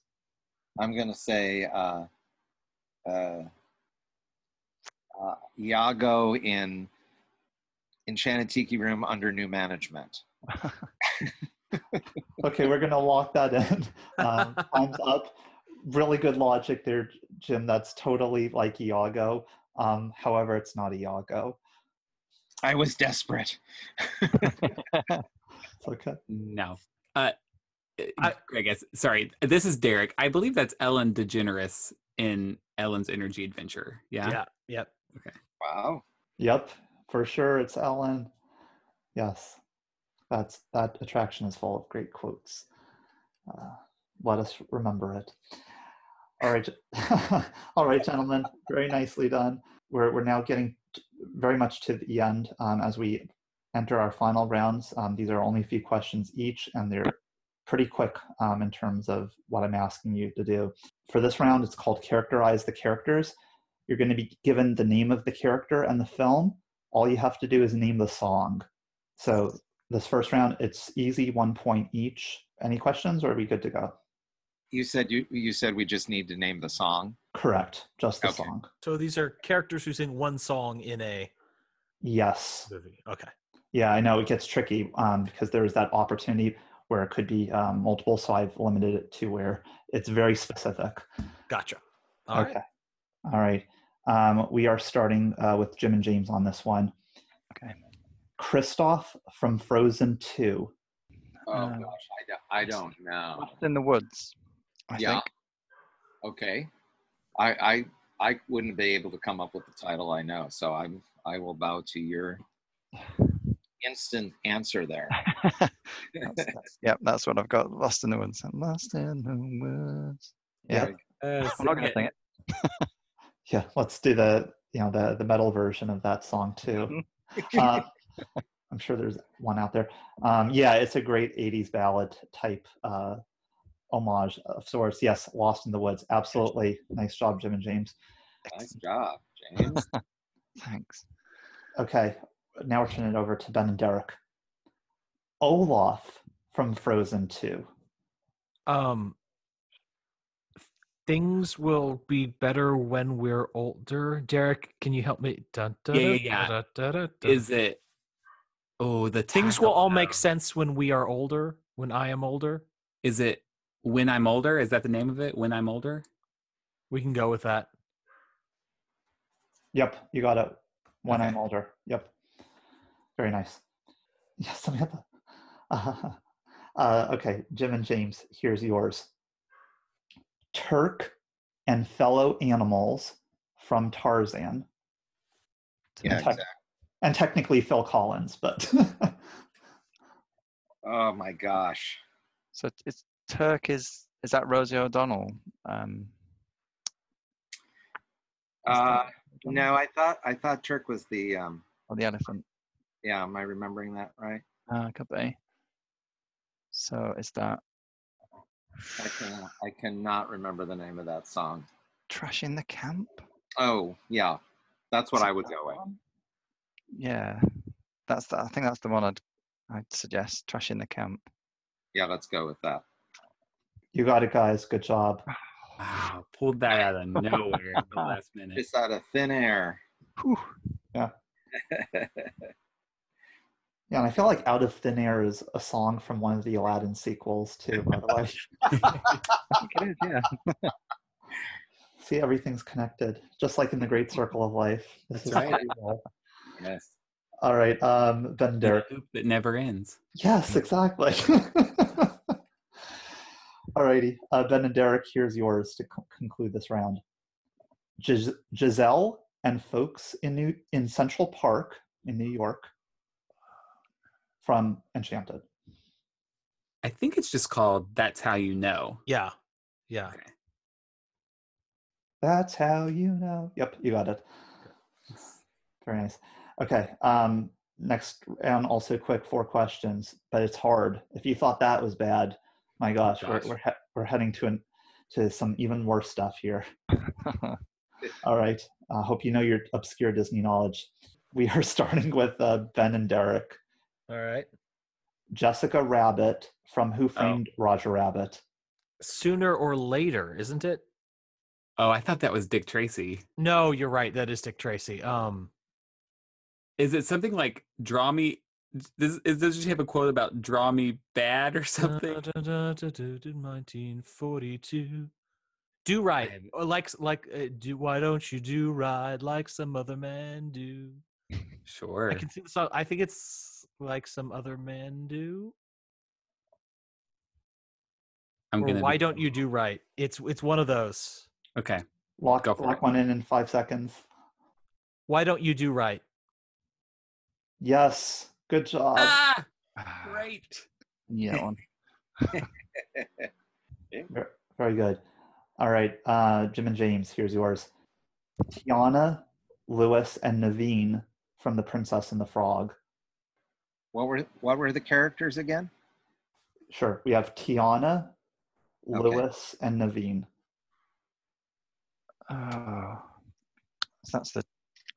[SPEAKER 11] I'm going to say uh, uh, uh, Iago in Enchanted Tiki Room under new management.
[SPEAKER 8] Okay, we're going to lock that in. Um, time's up. Really good logic there, Jim. That's totally like Iago. Um, however, it's not Iago.
[SPEAKER 11] I was desperate.
[SPEAKER 8] It's okay.
[SPEAKER 9] No. Uh, I, guess. Sorry. This is Derek. I believe that's Ellen DeGeneres in Ellen's Energy Adventure. Yeah.
[SPEAKER 2] Yeah. Yep.
[SPEAKER 9] Okay.
[SPEAKER 11] Wow.
[SPEAKER 8] Yep, for sure. It's Ellen. Yes, that's that attraction is full of great quotes. Uh, let us remember it. All right, all right, gentlemen. Very nicely done. We're we're now getting t- very much to the end um, as we enter our final rounds. Um, these are only a few questions each, and they're pretty quick um, in terms of what I'm asking you to do. For this round, it's called characterize the characters you're going to be given the name of the character and the film. All you have to do is name the song. So this first round, it's easy, one point each. Any questions, or are we good to go?
[SPEAKER 11] You said you you said we just need to name the song.
[SPEAKER 8] Correct, just the song.
[SPEAKER 2] So these are characters who sing one song in a
[SPEAKER 8] Yes.
[SPEAKER 2] movie. Okay.
[SPEAKER 8] Yeah, I know it gets tricky um, because there is that opportunity where it could be um, multiple. So I've limited it to where it's very specific.
[SPEAKER 2] Gotcha. All right.
[SPEAKER 8] okay. All right. Um, we are starting uh, with Jim and James on this one.
[SPEAKER 12] Okay.
[SPEAKER 8] Kristoff from Frozen 2.
[SPEAKER 11] Oh
[SPEAKER 12] Um,
[SPEAKER 11] gosh, I, do, not know.
[SPEAKER 12] Lost in the Woods. I
[SPEAKER 11] yeah.
[SPEAKER 12] think.
[SPEAKER 11] Okay. I I I wouldn't be able to come up with the title I know, so I'm I will bow to your instant answer there.
[SPEAKER 12] That's, that's, yep, that's what I've got. Lost in the Woods. I'm lost in the woods. Yeah. I'm not going to sing it.
[SPEAKER 8] Yeah, let's do the you know the the metal version of that song too. uh, I'm sure there's one out there. Um, yeah, it's a great '80s ballad type uh, homage of sorts. Yes, "Lost in the Woods." Absolutely, nice job, Jim and James.
[SPEAKER 11] nice job, James.
[SPEAKER 12] Thanks.
[SPEAKER 8] Okay, now we're turning it over to Ben and Derek. Olaf from Frozen Two.
[SPEAKER 2] Um, things will be better when we're older. Derek, can you help me? Dun, dun,
[SPEAKER 9] Yeah, yeah,
[SPEAKER 2] dun,
[SPEAKER 9] yeah.
[SPEAKER 2] dun, dun, dun, dun.
[SPEAKER 9] Is it? Oh, the
[SPEAKER 2] things will
[SPEAKER 9] title,
[SPEAKER 2] all
[SPEAKER 9] though.
[SPEAKER 2] make sense when we are older? When I am older,
[SPEAKER 9] Is it when I'm older? Is that the name of it? When I'm older?
[SPEAKER 2] we can go with that.
[SPEAKER 8] Yep, you got it. When
[SPEAKER 9] Okay.
[SPEAKER 8] I'm older. Yep. Very nice. Yes, Samantha. Uh, uh, okay, Jim and James, here's yours. Turk and fellow animals from Tarzan.
[SPEAKER 11] yeah,
[SPEAKER 8] and, tec-
[SPEAKER 11] exactly.
[SPEAKER 8] and technically Phil Collins, but
[SPEAKER 11] Oh my gosh.
[SPEAKER 12] So it's Turk is is that Rosie O'Donnell? Um,
[SPEAKER 11] Uh, no, I thought I thought Turk was the um
[SPEAKER 12] or the elephant?
[SPEAKER 11] yeah, am I remembering that right?
[SPEAKER 12] Uh, could be. So is that
[SPEAKER 11] I cannot I cannot remember the name of that song.
[SPEAKER 12] Trash in the Camp?
[SPEAKER 11] Oh, yeah. That's what
[SPEAKER 12] Is it
[SPEAKER 11] I would
[SPEAKER 12] that
[SPEAKER 11] go with.
[SPEAKER 12] one? Yeah, that's the, I think that's the one I'd I'd suggest. Trash in the Camp.
[SPEAKER 11] Yeah, let's go with that.
[SPEAKER 8] you got it, guys. Good job.
[SPEAKER 9] Wow, pulled that out of nowhere at the last minute.
[SPEAKER 11] Just out of thin air.
[SPEAKER 12] Whew.
[SPEAKER 8] Yeah, and I feel like Out of Thin Air is a song from one of the Aladdin sequels too, by the way.
[SPEAKER 12] it is, yeah.
[SPEAKER 8] See, everything's connected, just like in the Great Circle of Life. This
[SPEAKER 11] That's right.
[SPEAKER 8] real.
[SPEAKER 11] yes.
[SPEAKER 8] All right, um, then Derek.
[SPEAKER 9] The loop that never ends.
[SPEAKER 8] Yes, exactly. Alrighty, uh, Ben and Derek, here's yours to co- conclude this round. Gis- Giselle and folks in New- in Central Park in New York from Enchanted.
[SPEAKER 9] I think it's just called That's How You Know.
[SPEAKER 2] Yeah. Yeah.
[SPEAKER 8] That's how you know. Yep, you got it. Very nice. Okay. Um, next round, also quick four questions, but it's hard. If you thought that was bad, my gosh,
[SPEAKER 12] gosh.
[SPEAKER 8] we're we're, he- we're heading to an to some even worse stuff here. All right. I hope you know your obscure Disney knowledge. We are starting with uh, Ben and Derek.
[SPEAKER 2] All right.
[SPEAKER 8] Jessica Rabbit from
[SPEAKER 2] Oh.
[SPEAKER 8] Who Framed Roger Rabbit.
[SPEAKER 2] Sooner or later, isn't it?
[SPEAKER 9] Oh, I thought that was Dick Tracy.
[SPEAKER 2] No, you're right. That is Dick Tracy. Um,
[SPEAKER 9] Is it something like Draw Me? Does, is, does she have a quote about Draw Me Bad
[SPEAKER 2] Uh,
[SPEAKER 9] or something?
[SPEAKER 2] da, da, da, da, da, 1942. Do right, or like like uh, do. Why don't you do right like some other man do?
[SPEAKER 9] Sure.
[SPEAKER 2] I can see the song. I think it's like some other men do.
[SPEAKER 9] I'm
[SPEAKER 2] or
[SPEAKER 9] gonna
[SPEAKER 2] why
[SPEAKER 9] be-
[SPEAKER 2] don't you do right? It's it's one of those.
[SPEAKER 9] Okay.
[SPEAKER 8] Lock,
[SPEAKER 2] Go for
[SPEAKER 8] lock
[SPEAKER 2] it.
[SPEAKER 8] one in in five seconds.
[SPEAKER 2] Why don't you do right?
[SPEAKER 8] Yes. Good job.
[SPEAKER 9] Ah, Great.
[SPEAKER 12] Yeah, one.
[SPEAKER 8] Ver- Very good. All right, uh, Jim and James, here's yours. Tiana, Lewis, and Naveen from The Princess and the Frog.
[SPEAKER 11] What were what were the characters again?
[SPEAKER 8] Sure, we have Tiana,
[SPEAKER 11] Okay.
[SPEAKER 8] Lewis, and Naveen.
[SPEAKER 12] Oh, So that's the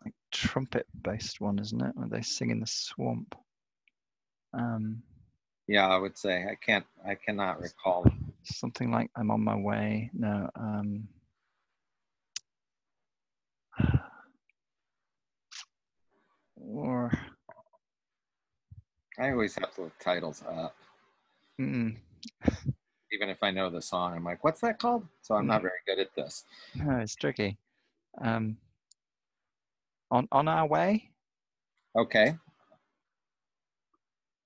[SPEAKER 12] like, trumpet-based one, isn't it? Where they sing in the swamp. Um,
[SPEAKER 11] Yeah, I would say I can't. I cannot recall.
[SPEAKER 12] something like "I'm on my way." No. Um, or
[SPEAKER 11] I always have to look titles up,
[SPEAKER 12] mm,
[SPEAKER 11] even if I know the song. I'm like, what's that called? So I'm not very good at this.
[SPEAKER 12] no, it's tricky. Um, on on our way.
[SPEAKER 11] Okay,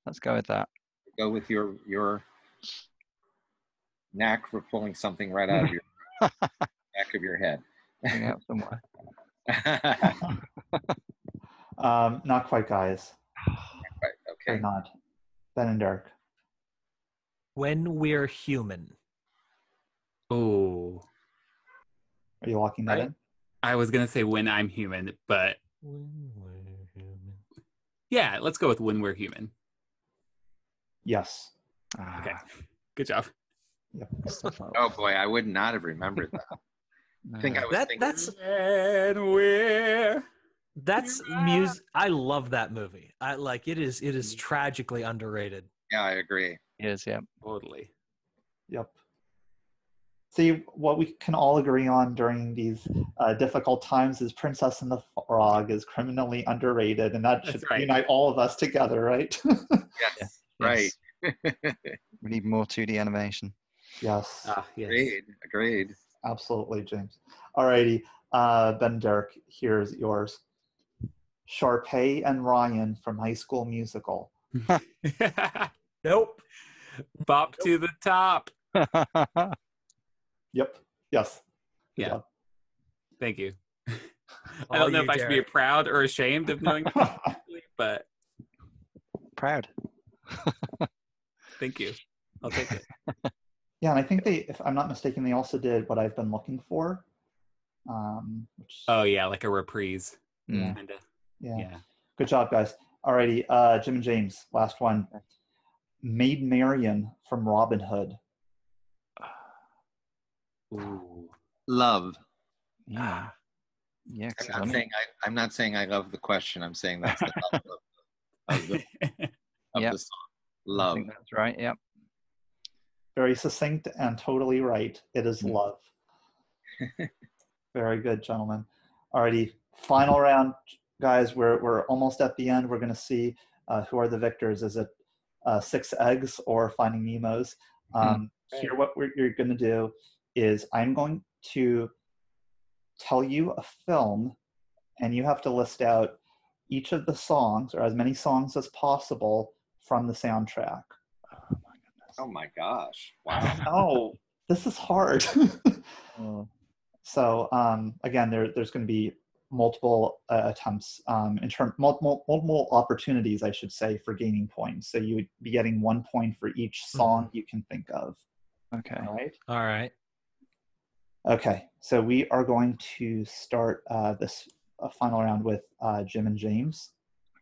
[SPEAKER 12] Let's go with that.
[SPEAKER 11] go with your your knack for pulling something right out of your back of your head.
[SPEAKER 12] Hang out somewhere.
[SPEAKER 8] Um, not quite, guys.
[SPEAKER 11] okay.
[SPEAKER 8] not. Ben and Derek.
[SPEAKER 2] When we're human.
[SPEAKER 9] Oh.
[SPEAKER 8] Are you locking that in?
[SPEAKER 9] I was gonna say when I'm human, but yeah, let's go with when we're human.
[SPEAKER 8] Yes.
[SPEAKER 9] Okay,
[SPEAKER 2] Ah.
[SPEAKER 12] Ah,
[SPEAKER 9] good job.
[SPEAKER 11] Oh boy, I would not have remembered that. I think I was
[SPEAKER 2] That
[SPEAKER 11] thinking, "Hmm,
[SPEAKER 2] that's
[SPEAKER 9] and we're
[SPEAKER 2] that's music. I love that movie. I like it is it
[SPEAKER 9] Mm.
[SPEAKER 2] is tragically underrated.
[SPEAKER 11] yeah, I agree.
[SPEAKER 12] Yes, yeah.
[SPEAKER 9] Totally.
[SPEAKER 8] Yep. See, what we can all agree on during these uh, difficult times is Princess and the Frog is criminally underrated, and that should
[SPEAKER 9] That's right.
[SPEAKER 8] unite all of us together, right?
[SPEAKER 11] Yes, right.
[SPEAKER 12] We need more 2D animation.
[SPEAKER 8] yes,
[SPEAKER 9] Ah, yes.
[SPEAKER 11] Agreed. Agreed.
[SPEAKER 8] absolutely, James. Alrighty, uh, Ben Derek, here's yours. Sharpay and Ryan from High School Musical.
[SPEAKER 2] Nope.
[SPEAKER 9] Bop to the top.
[SPEAKER 8] Yep. Yes.
[SPEAKER 9] Yeah.
[SPEAKER 8] Yeah.
[SPEAKER 9] Thank you. I
[SPEAKER 2] All
[SPEAKER 9] don't know if
[SPEAKER 2] you,
[SPEAKER 9] I should be
[SPEAKER 2] Derek.
[SPEAKER 9] proud or ashamed of knowing, but
[SPEAKER 12] Proud.
[SPEAKER 9] thank you. I'll take it.
[SPEAKER 8] Yeah, and I think they, if I'm not mistaken, they also did what I've been looking for. Um, which,
[SPEAKER 9] Oh yeah, like a reprise,
[SPEAKER 12] Mm.
[SPEAKER 9] kinda.
[SPEAKER 8] yeah.
[SPEAKER 9] Yeah.
[SPEAKER 8] Good job, guys. Alrighty, uh, Jim and James, last one. Maid Marian from Robin Hood.
[SPEAKER 9] Ooh.
[SPEAKER 11] Love.
[SPEAKER 12] Yeah. Yeah, 'cause
[SPEAKER 11] I'm not
[SPEAKER 12] I'm-
[SPEAKER 11] saying I, I'm not saying I love the question. I'm saying that's the love of,
[SPEAKER 9] Oh,
[SPEAKER 11] of, the, of
[SPEAKER 12] Yep.
[SPEAKER 11] the song.
[SPEAKER 12] I
[SPEAKER 11] Love.
[SPEAKER 12] think that's right. Yep.
[SPEAKER 8] Very succinct and totally right. It is love. Very good, gentlemen. Alrighty, final round. guys, we're we're almost at the end. We're going to see uh, who are the victors. Is it uh, Six Eggs or Finding Nemo's? Um, Here, what we're, you're going to do is I'm going to tell you a film, and you have to list out each of the songs or as many songs as possible from the soundtrack.
[SPEAKER 11] Oh my gosh! Wow.
[SPEAKER 8] Oh, this is hard.
[SPEAKER 11] Oh.
[SPEAKER 8] so um, again, there, there's going to be multiple uh, attempts um, in term multiple, multiple opportunities, I should say, for gaining points. So you would be getting one point for each song you can think of.
[SPEAKER 12] Okay.
[SPEAKER 8] Mm-hmm. All right.
[SPEAKER 2] All right.
[SPEAKER 8] Okay. So we are going to start uh, this uh, final round with uh, Jim and James.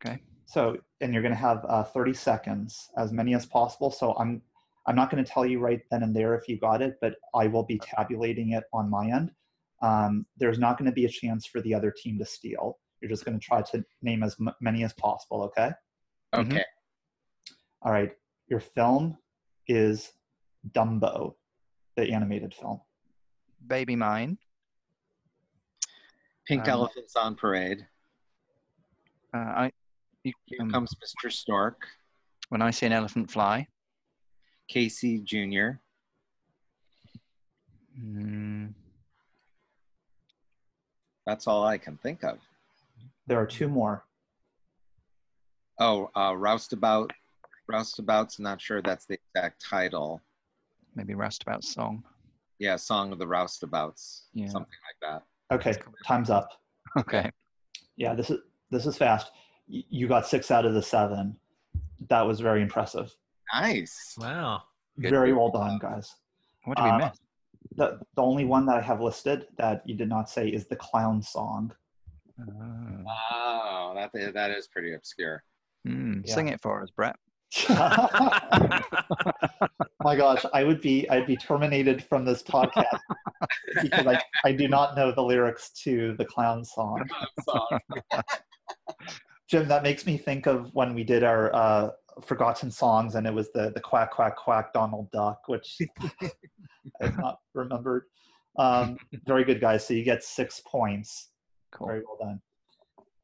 [SPEAKER 12] Okay.
[SPEAKER 8] So, and you're going to have uh, 30 seconds, as many as possible. So I'm I'm not going to tell you right then and there if you got it, but I will be tabulating it on my end. Um, there's not going to be a chance for the other team to steal. You're just going to try to name as m- many as possible. Okay.
[SPEAKER 12] Mm-hmm.
[SPEAKER 11] Okay.
[SPEAKER 8] All right. Your film is Dumbo, the animated film.
[SPEAKER 12] Baby mine.
[SPEAKER 11] Pink
[SPEAKER 12] Um,
[SPEAKER 11] elephants on parade.
[SPEAKER 12] Uh, I. You,
[SPEAKER 11] Here
[SPEAKER 12] um,
[SPEAKER 11] comes Mr. Stork.
[SPEAKER 12] when I see an elephant fly.
[SPEAKER 11] Casey Jr.
[SPEAKER 12] Mm,
[SPEAKER 11] That's all I can think of.
[SPEAKER 8] There are two more.
[SPEAKER 11] Oh, uh, roustabout. Roustabouts. Not sure that's the exact title.
[SPEAKER 12] maybe Roustabout song.
[SPEAKER 11] Yeah, Song of the Roustabouts.
[SPEAKER 12] Yeah.
[SPEAKER 11] Something like that.
[SPEAKER 8] Okay. Time's up.
[SPEAKER 12] Okay.
[SPEAKER 8] Yeah. This is this is fast. Y- You got six out of the seven. That was very impressive.
[SPEAKER 11] Nice.
[SPEAKER 2] Wow.
[SPEAKER 12] Good.
[SPEAKER 8] Very well done, guys.
[SPEAKER 12] What did we
[SPEAKER 8] Uh,
[SPEAKER 12] miss?
[SPEAKER 8] The the only one that I have listed that you did not say is the clown song.
[SPEAKER 12] Oh.
[SPEAKER 11] Wow, that i- that is pretty obscure.
[SPEAKER 12] Mm,
[SPEAKER 8] Yeah.
[SPEAKER 12] Sing it for us, Brett.
[SPEAKER 8] My gosh, I would be I'd be terminated from this podcast because I, I do not know the lyrics to the clown song.
[SPEAKER 11] Song.
[SPEAKER 8] Jim, that makes me think of when we did our uh, forgotten songs, and it was the the quack quack quack Donald Duck, which I've not remembered. Um, very good, guys. So you get six points.
[SPEAKER 12] Cool.
[SPEAKER 8] Very well done.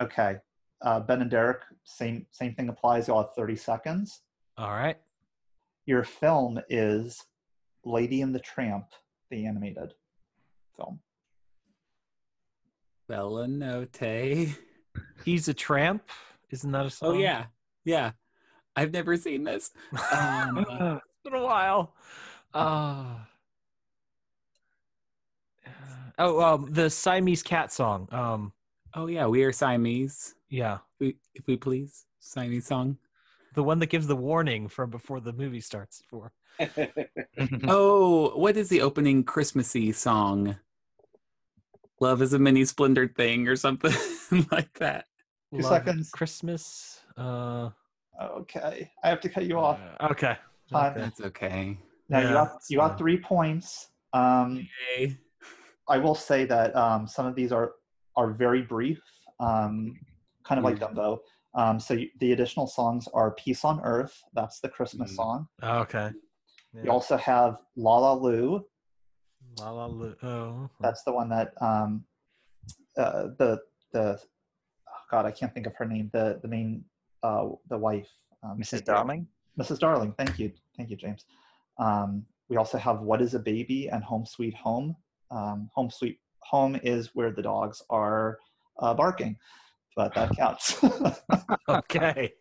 [SPEAKER 8] Okay, uh, Ben and Derek, same same thing applies. Y'all have thirty seconds.
[SPEAKER 2] All right.
[SPEAKER 8] Your film is Lady and the Tramp, the animated film.
[SPEAKER 9] Bella Notte.
[SPEAKER 2] He's a tramp. Isn't that a song?
[SPEAKER 9] Oh yeah, yeah. I've never seen this. Um,
[SPEAKER 2] it's been a while. Uh, oh, um, the Siamese cat song. Um,
[SPEAKER 9] oh yeah, we are Siamese.
[SPEAKER 2] yeah,
[SPEAKER 9] We, if we please, Siamese song.
[SPEAKER 2] the one that gives the warning from before the movie starts. For
[SPEAKER 9] oh, what is the opening Christmassy song? Love is a mini splendored thing or something like that.
[SPEAKER 8] Two
[SPEAKER 2] Love
[SPEAKER 8] seconds.
[SPEAKER 2] Christmas. Uh,
[SPEAKER 8] Okay, I have to cut you off.
[SPEAKER 2] okay.
[SPEAKER 8] Time.
[SPEAKER 9] That's okay.
[SPEAKER 8] Now you
[SPEAKER 2] Uh, Yeah,
[SPEAKER 8] got
[SPEAKER 2] that's
[SPEAKER 8] you got
[SPEAKER 2] fine.
[SPEAKER 8] three points. Um,
[SPEAKER 9] Okay.
[SPEAKER 8] I will say that um, some of these are are very brief, um, kind of like Dumbo. Um, so you, the additional songs are "Peace on Earth," that's the Christmas
[SPEAKER 9] Mm.
[SPEAKER 8] song.
[SPEAKER 2] Oh, Okay.
[SPEAKER 8] You also have "La La Lu,"
[SPEAKER 2] La la Lu- oh.
[SPEAKER 8] that's the one that um, uh, the the oh God, I can't think of her name. The the main uh, the wife, um,
[SPEAKER 12] Mrs. Darling.
[SPEAKER 8] Mrs. Darling. Thank you, thank you, James. Um, we also have "What Is a Baby" and "Home Sweet Home." Um, "Home Sweet Home" is where the dogs are uh, barking, but that counts.
[SPEAKER 2] Okay.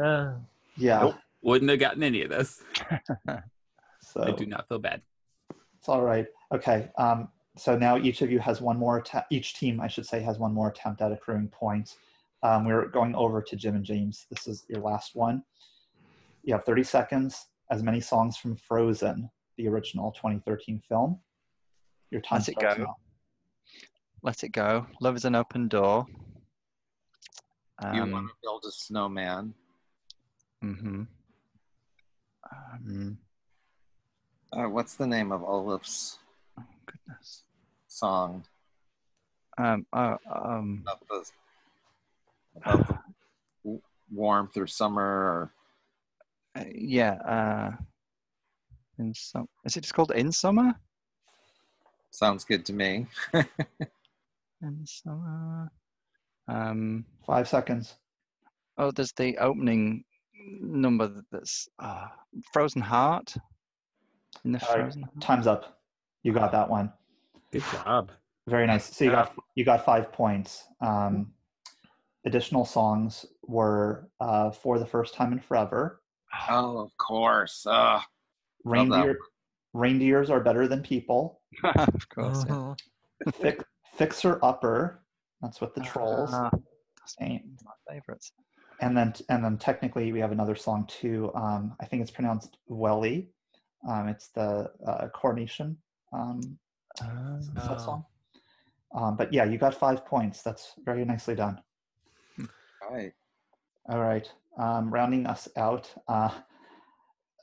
[SPEAKER 2] Uh,
[SPEAKER 8] yeah,
[SPEAKER 9] Nope. Wouldn't have gotten any of this.
[SPEAKER 8] so
[SPEAKER 9] I do not feel bad.
[SPEAKER 8] it's all right. Okay, um, so now each of you has one more. atta- each team, I should say, has one more attempt at accruing points. Um, we're going over to Jim and James. This is your last one. You have 30 seconds. As many songs from Frozen, the original 2013 film. Your time
[SPEAKER 12] Let it
[SPEAKER 8] starts
[SPEAKER 12] go.
[SPEAKER 8] now.
[SPEAKER 12] Let it go. Love is an open door.
[SPEAKER 11] you want
[SPEAKER 12] Um,
[SPEAKER 11] to build a snowman?
[SPEAKER 12] mhm. Um,
[SPEAKER 11] Uh, what's the name of Olaf's
[SPEAKER 12] goodness.
[SPEAKER 11] song
[SPEAKER 12] Um, oh, um,
[SPEAKER 11] about the about the w- warmth or summer? Or
[SPEAKER 12] uh, yeah. Uh, in some, is it just called In Summer?
[SPEAKER 11] sounds good to me.
[SPEAKER 12] In Summer. Um,
[SPEAKER 8] Five seconds.
[SPEAKER 12] Oh, there's the opening number that's uh, Frozen Heart. In the
[SPEAKER 8] All right,
[SPEAKER 12] Frozen.
[SPEAKER 8] time's up. You got that one.
[SPEAKER 2] Good job.
[SPEAKER 8] Very nice. So you got you got five points. Um, additional songs were uh, for the first time in forever.
[SPEAKER 11] Oh, of course. Uh,
[SPEAKER 8] Reindeer reindeers are better than people.
[SPEAKER 12] of course. yeah.
[SPEAKER 2] uh-huh.
[SPEAKER 8] Fix, fixer upper. That's what the trolls.
[SPEAKER 12] Ah,
[SPEAKER 8] And,
[SPEAKER 12] my favorites.
[SPEAKER 8] and then and then technically we have another song too. Um, I think it's pronounced welly. Um, it's the uh, coronation um, that song. Um, but yeah, you got five points. That's very nicely done.
[SPEAKER 11] All right.
[SPEAKER 8] All right. Um, rounding us out. Uh,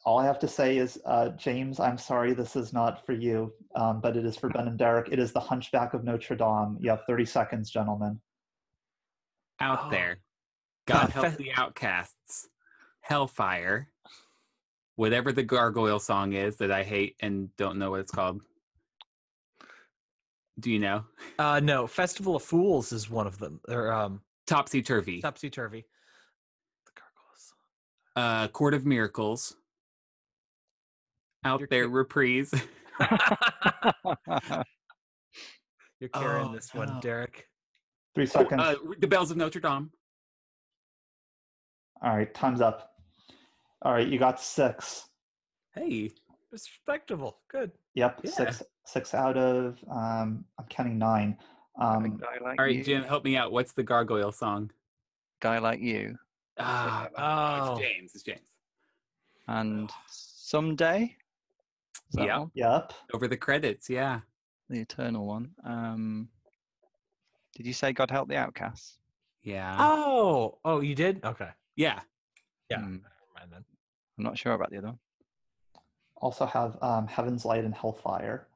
[SPEAKER 8] all I have to say is, uh, James, I'm sorry this is not for you, um, but it is for Ben and Derek. It is The Hunchback of Notre Dame. You have 30 seconds, gentlemen.
[SPEAKER 9] Out there. God help the outcasts. Hellfire. Whatever the gargoyle song is that I hate and don't know what it's called. Do you know?
[SPEAKER 2] Uh, no, Festival of Fools is one of them. Or um,
[SPEAKER 9] Topsy Turvy.
[SPEAKER 2] Topsy Turvy.
[SPEAKER 9] Uh, Court of Miracles. Out there, reprise.
[SPEAKER 12] Um,
[SPEAKER 2] You're carrying
[SPEAKER 9] Oh,
[SPEAKER 2] this one,
[SPEAKER 9] no.
[SPEAKER 2] Derek.
[SPEAKER 8] Three
[SPEAKER 9] Oh,
[SPEAKER 8] seconds.
[SPEAKER 9] uh, the Bells of Notre Dame.
[SPEAKER 8] All right, time's up. All right, you got six.
[SPEAKER 9] Hey,
[SPEAKER 2] respectable. Good.
[SPEAKER 8] Yep,
[SPEAKER 9] Yeah.
[SPEAKER 8] six six out of, um, I'm counting nine. Um,
[SPEAKER 9] All right, Jim, help me out. What's the gargoyle song?
[SPEAKER 12] Guy like you.
[SPEAKER 9] Ah, oh, it's James. It's James.
[SPEAKER 12] And someday. Is that
[SPEAKER 9] Yep.
[SPEAKER 12] one?
[SPEAKER 8] Yep.
[SPEAKER 9] Over the credits, yeah.
[SPEAKER 12] The eternal one. Um, did you say God help the outcasts?
[SPEAKER 9] Yeah.
[SPEAKER 2] Oh, oh, you did? Okay.
[SPEAKER 9] Yeah.
[SPEAKER 2] Yeah.
[SPEAKER 12] Hmm.
[SPEAKER 2] Never mind then.
[SPEAKER 12] I'm not sure about the other one.
[SPEAKER 8] also have um, Heaven's Light and Hellfire.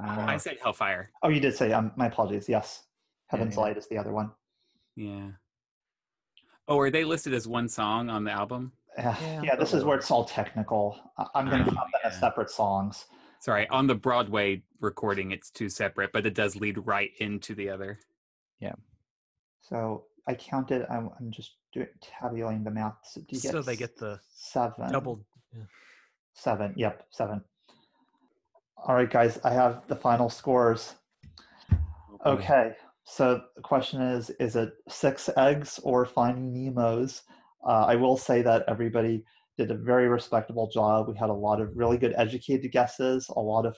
[SPEAKER 9] I said Hellfire.
[SPEAKER 8] Oh, you did say, um, my apologies. Yes, Heaven's
[SPEAKER 9] yeah.
[SPEAKER 8] Light is the other one.
[SPEAKER 9] Yeah. Oh, are they listed as one song on the album?
[SPEAKER 8] Yeah, yeah, this is where it's all technical. I- I'm going to
[SPEAKER 9] Oh,
[SPEAKER 8] have them as separate songs.
[SPEAKER 9] Sorry, on the Broadway recording, it's two separate, but it does lead right into the other.
[SPEAKER 8] So I counted. I'm, I'm just doing tabulating the math. So, do you
[SPEAKER 2] So they get the
[SPEAKER 8] seven
[SPEAKER 2] double.
[SPEAKER 8] seven. Yep, seven. All right, guys, I have the final scores. Okay, so the question is: Is it six eggs or Finding Nemo's? Uh, I will say that everybody did a very respectable job. We had a lot of really good educated guesses, a lot of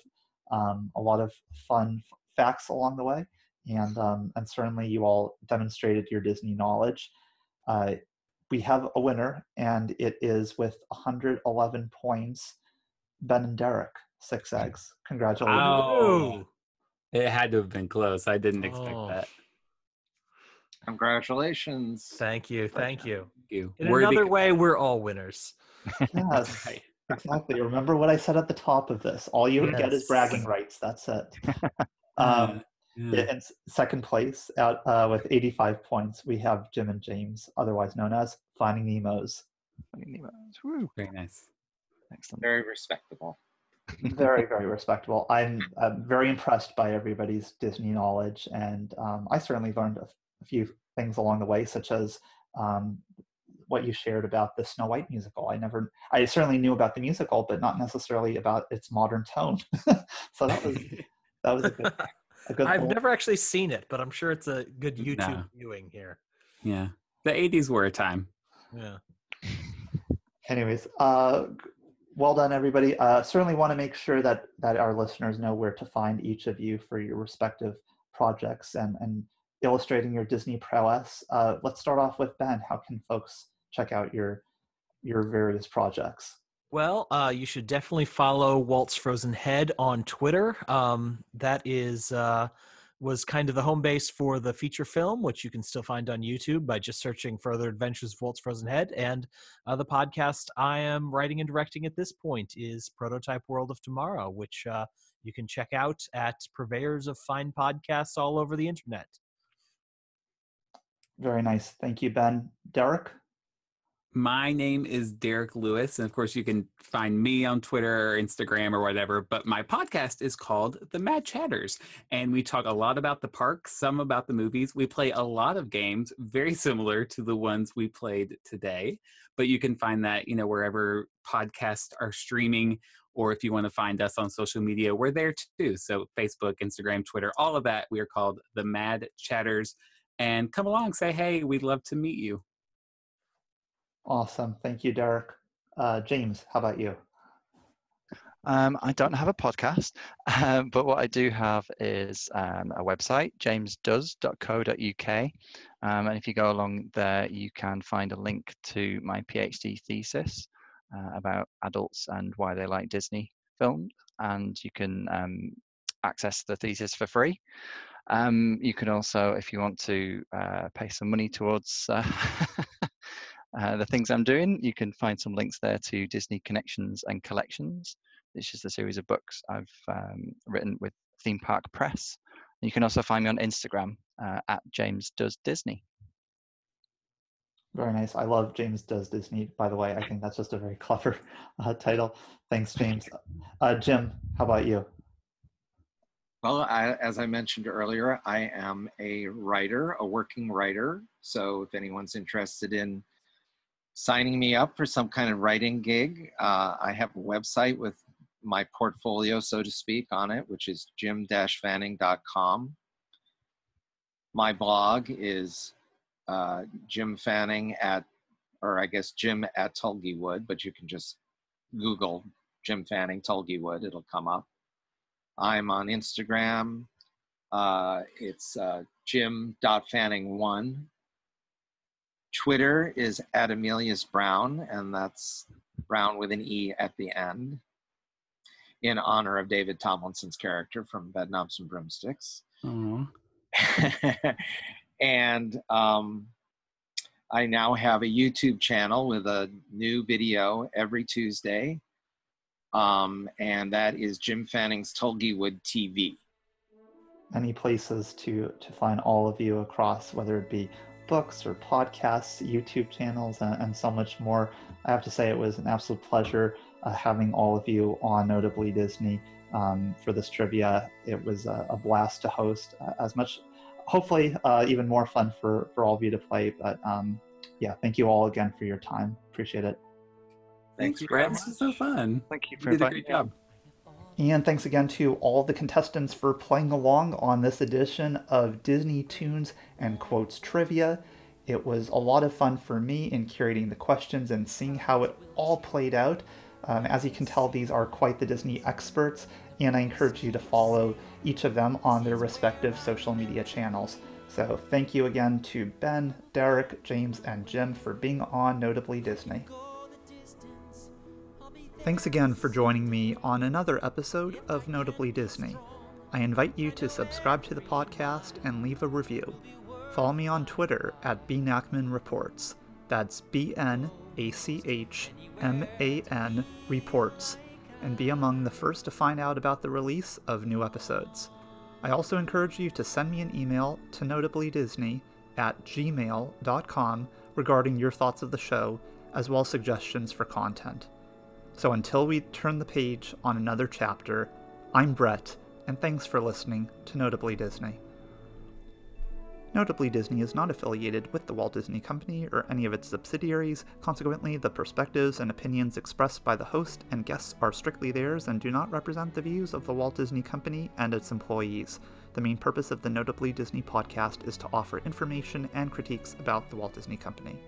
[SPEAKER 8] um, a lot of fun f- facts along the way, and um, and certainly you all demonstrated your Disney knowledge. Uh, we have a winner, and it is with 111 points. Ben and Derek, six eggs. Congratulations.
[SPEAKER 9] Oh, it had to have been close. I didn't expect
[SPEAKER 2] Oh.
[SPEAKER 9] that.
[SPEAKER 11] Congratulations.
[SPEAKER 2] Thank you. Thank you.
[SPEAKER 9] Thank you.
[SPEAKER 2] In
[SPEAKER 9] Worthy
[SPEAKER 2] another
[SPEAKER 9] co-
[SPEAKER 2] way, we're all winners.
[SPEAKER 8] Yes, exactly. Remember what I said at the top of this. All you get is
[SPEAKER 2] Yes.
[SPEAKER 8] bragging rights. That's it.
[SPEAKER 9] uh,
[SPEAKER 8] Um, yeah, and s- second place out uh, with 85 points, we have Jim and James, otherwise known as Finding Nemo's.
[SPEAKER 12] Finding Nemo's. Woo.
[SPEAKER 9] Very nice.
[SPEAKER 12] Excellent.
[SPEAKER 11] Very respectable.
[SPEAKER 8] Very, very respectable. I'm, i very impressed by everybody's Disney knowledge, and um, I certainly learned a, f- a few things along the way, such as um, what you shared about the Snow White musical. I never, I certainly knew about the musical, but not necessarily about its modern tone. so that was that was a good, a good
[SPEAKER 2] I've
[SPEAKER 8] poll.
[SPEAKER 2] never actually seen it, but I'm sure it's a good YouTube
[SPEAKER 9] Nah.
[SPEAKER 2] viewing here.
[SPEAKER 9] Yeah. The 80s were a time.
[SPEAKER 2] Yeah.
[SPEAKER 8] anyways uh g- well done everybody uh certainly want to make sure that that our listeners know where to find each of you for your respective projects and and illustrating your disney prowess uh let's start off with ben how can folks check out your your various projects
[SPEAKER 2] Well, uh, you should definitely follow Walt's Frozen Head on Twitter. Um, that is uh, was kind of the home base for the feature film, which you can still find on YouTube by just searching "Further Adventures of Walt's Frozen Head." And uh, the podcast I am writing and directing at this point is Prototype World of Tomorrow, which uh, you can check out at purveyors of fine podcasts all over the internet.
[SPEAKER 8] very nice thank you ben derek
[SPEAKER 9] My name is Derek Lewis. And of course, you can find me on Twitter or Instagram or whatever. But my podcast is called The Mad Chatters. And we talk a lot about the park, some about the movies. We play a lot of games very similar to the ones we played today. But you can find that, you know, wherever podcasts are streaming or if you want to find us on social media, we're there too. So Facebook, Instagram, Twitter, all of that. We are called the Mad Chatters. And come along, say hey, we'd love to meet you.
[SPEAKER 8] Awesome. Thank you, Derek. Uh, James, how about you?
[SPEAKER 12] Um, I don't have a podcast, um, but what I do have is um, a website, jamesdoes.co.uk. Um, and if you go along there, you can find a link to my PhD thesis. Uh, about adults and why they like Disney films, and you can um, access the thesis for free. Um, you can also, if you want to, uh, pay some money towards uh, the things I'm doing. You can find some links there to Disney Connections and Collections, which is the series of books I've um, written with Theme Park Press. And you can also find me on Instagram uh, at James Does Disney.
[SPEAKER 8] Very nice. I love James Does Disney, by the way. I think that's just a very clever uh, title. Thanks, James. Uh, Jim, how about you?
[SPEAKER 11] Well, I, as I mentioned earlier, I am a writer, a working writer. So if anyone's interested in signing me up for some kind of writing gig, uh, I have a website with my portfolio, so to speak, on it, which is jim-fanning.com. My blog is uh, Jim Fanning at, or I guess Jim at Tulgy Wood, but you can just Google Jim Fanning Tulgy Wood, it'll come up. I'm on Instagram. Uh, it's uh, jim.fanning1. Twitter is at Amelius Brown, and that's Brown with an E at the end, in honor of David Tomlinson's character from Bedknobs and Broomsticks.
[SPEAKER 9] Aww.
[SPEAKER 11] and um, I now have a YouTube channel with a new video every Tuesday, um, and that is Jim Fanning's Tulgywood TV.
[SPEAKER 8] Many places to to find all of you across, whether it be books or podcasts, YouTube channels, and, and so much more. I have to say, it was an absolute pleasure uh, having all of you on Notably Disney um, for this trivia. It was a, a blast to host, uh, as much hopefully uh, even more fun for for all of you to play. But um, yeah, thank you all again for your time. Appreciate it.
[SPEAKER 9] Thanks, Brad. This is so fun.
[SPEAKER 12] Thank you
[SPEAKER 9] You
[SPEAKER 12] for
[SPEAKER 9] did a
[SPEAKER 12] inviting
[SPEAKER 9] great
[SPEAKER 12] me. on.
[SPEAKER 9] job.
[SPEAKER 8] And thanks again to all the contestants for playing along on this edition of Disney Tunes and Quotes Trivia. It was a lot of fun for me in curating the questions and seeing how it all played out. Um, as you can tell, these are quite the Disney experts, and I encourage you to follow each of them on their respective social media channels. So, thank you again to Ben, Derek, James, and Jim for being on Notably Disney. Thanks again for joining me on another episode of Notably Disney. I invite you to subscribe to the podcast and leave a review. Follow me on Twitter at bnackman reports. That's B N A C H M A N reports, and be among the first to find out about the release of new episodes. I also encourage you to send me an email to notablydisney at gmail.com regarding your thoughts of the show, as well as suggestions for content. So until we turn the page on another chapter, I'm Brett, and thanks for listening to Notably Disney. Notably Disney is not affiliated with the Walt Disney Company or any of its subsidiaries. Consequently, the perspectives and opinions expressed by the host and guests are strictly theirs and do not represent the views of the Walt Disney Company and its employees. The main purpose of the Notably Disney podcast is to offer information and critiques about the Walt Disney Company.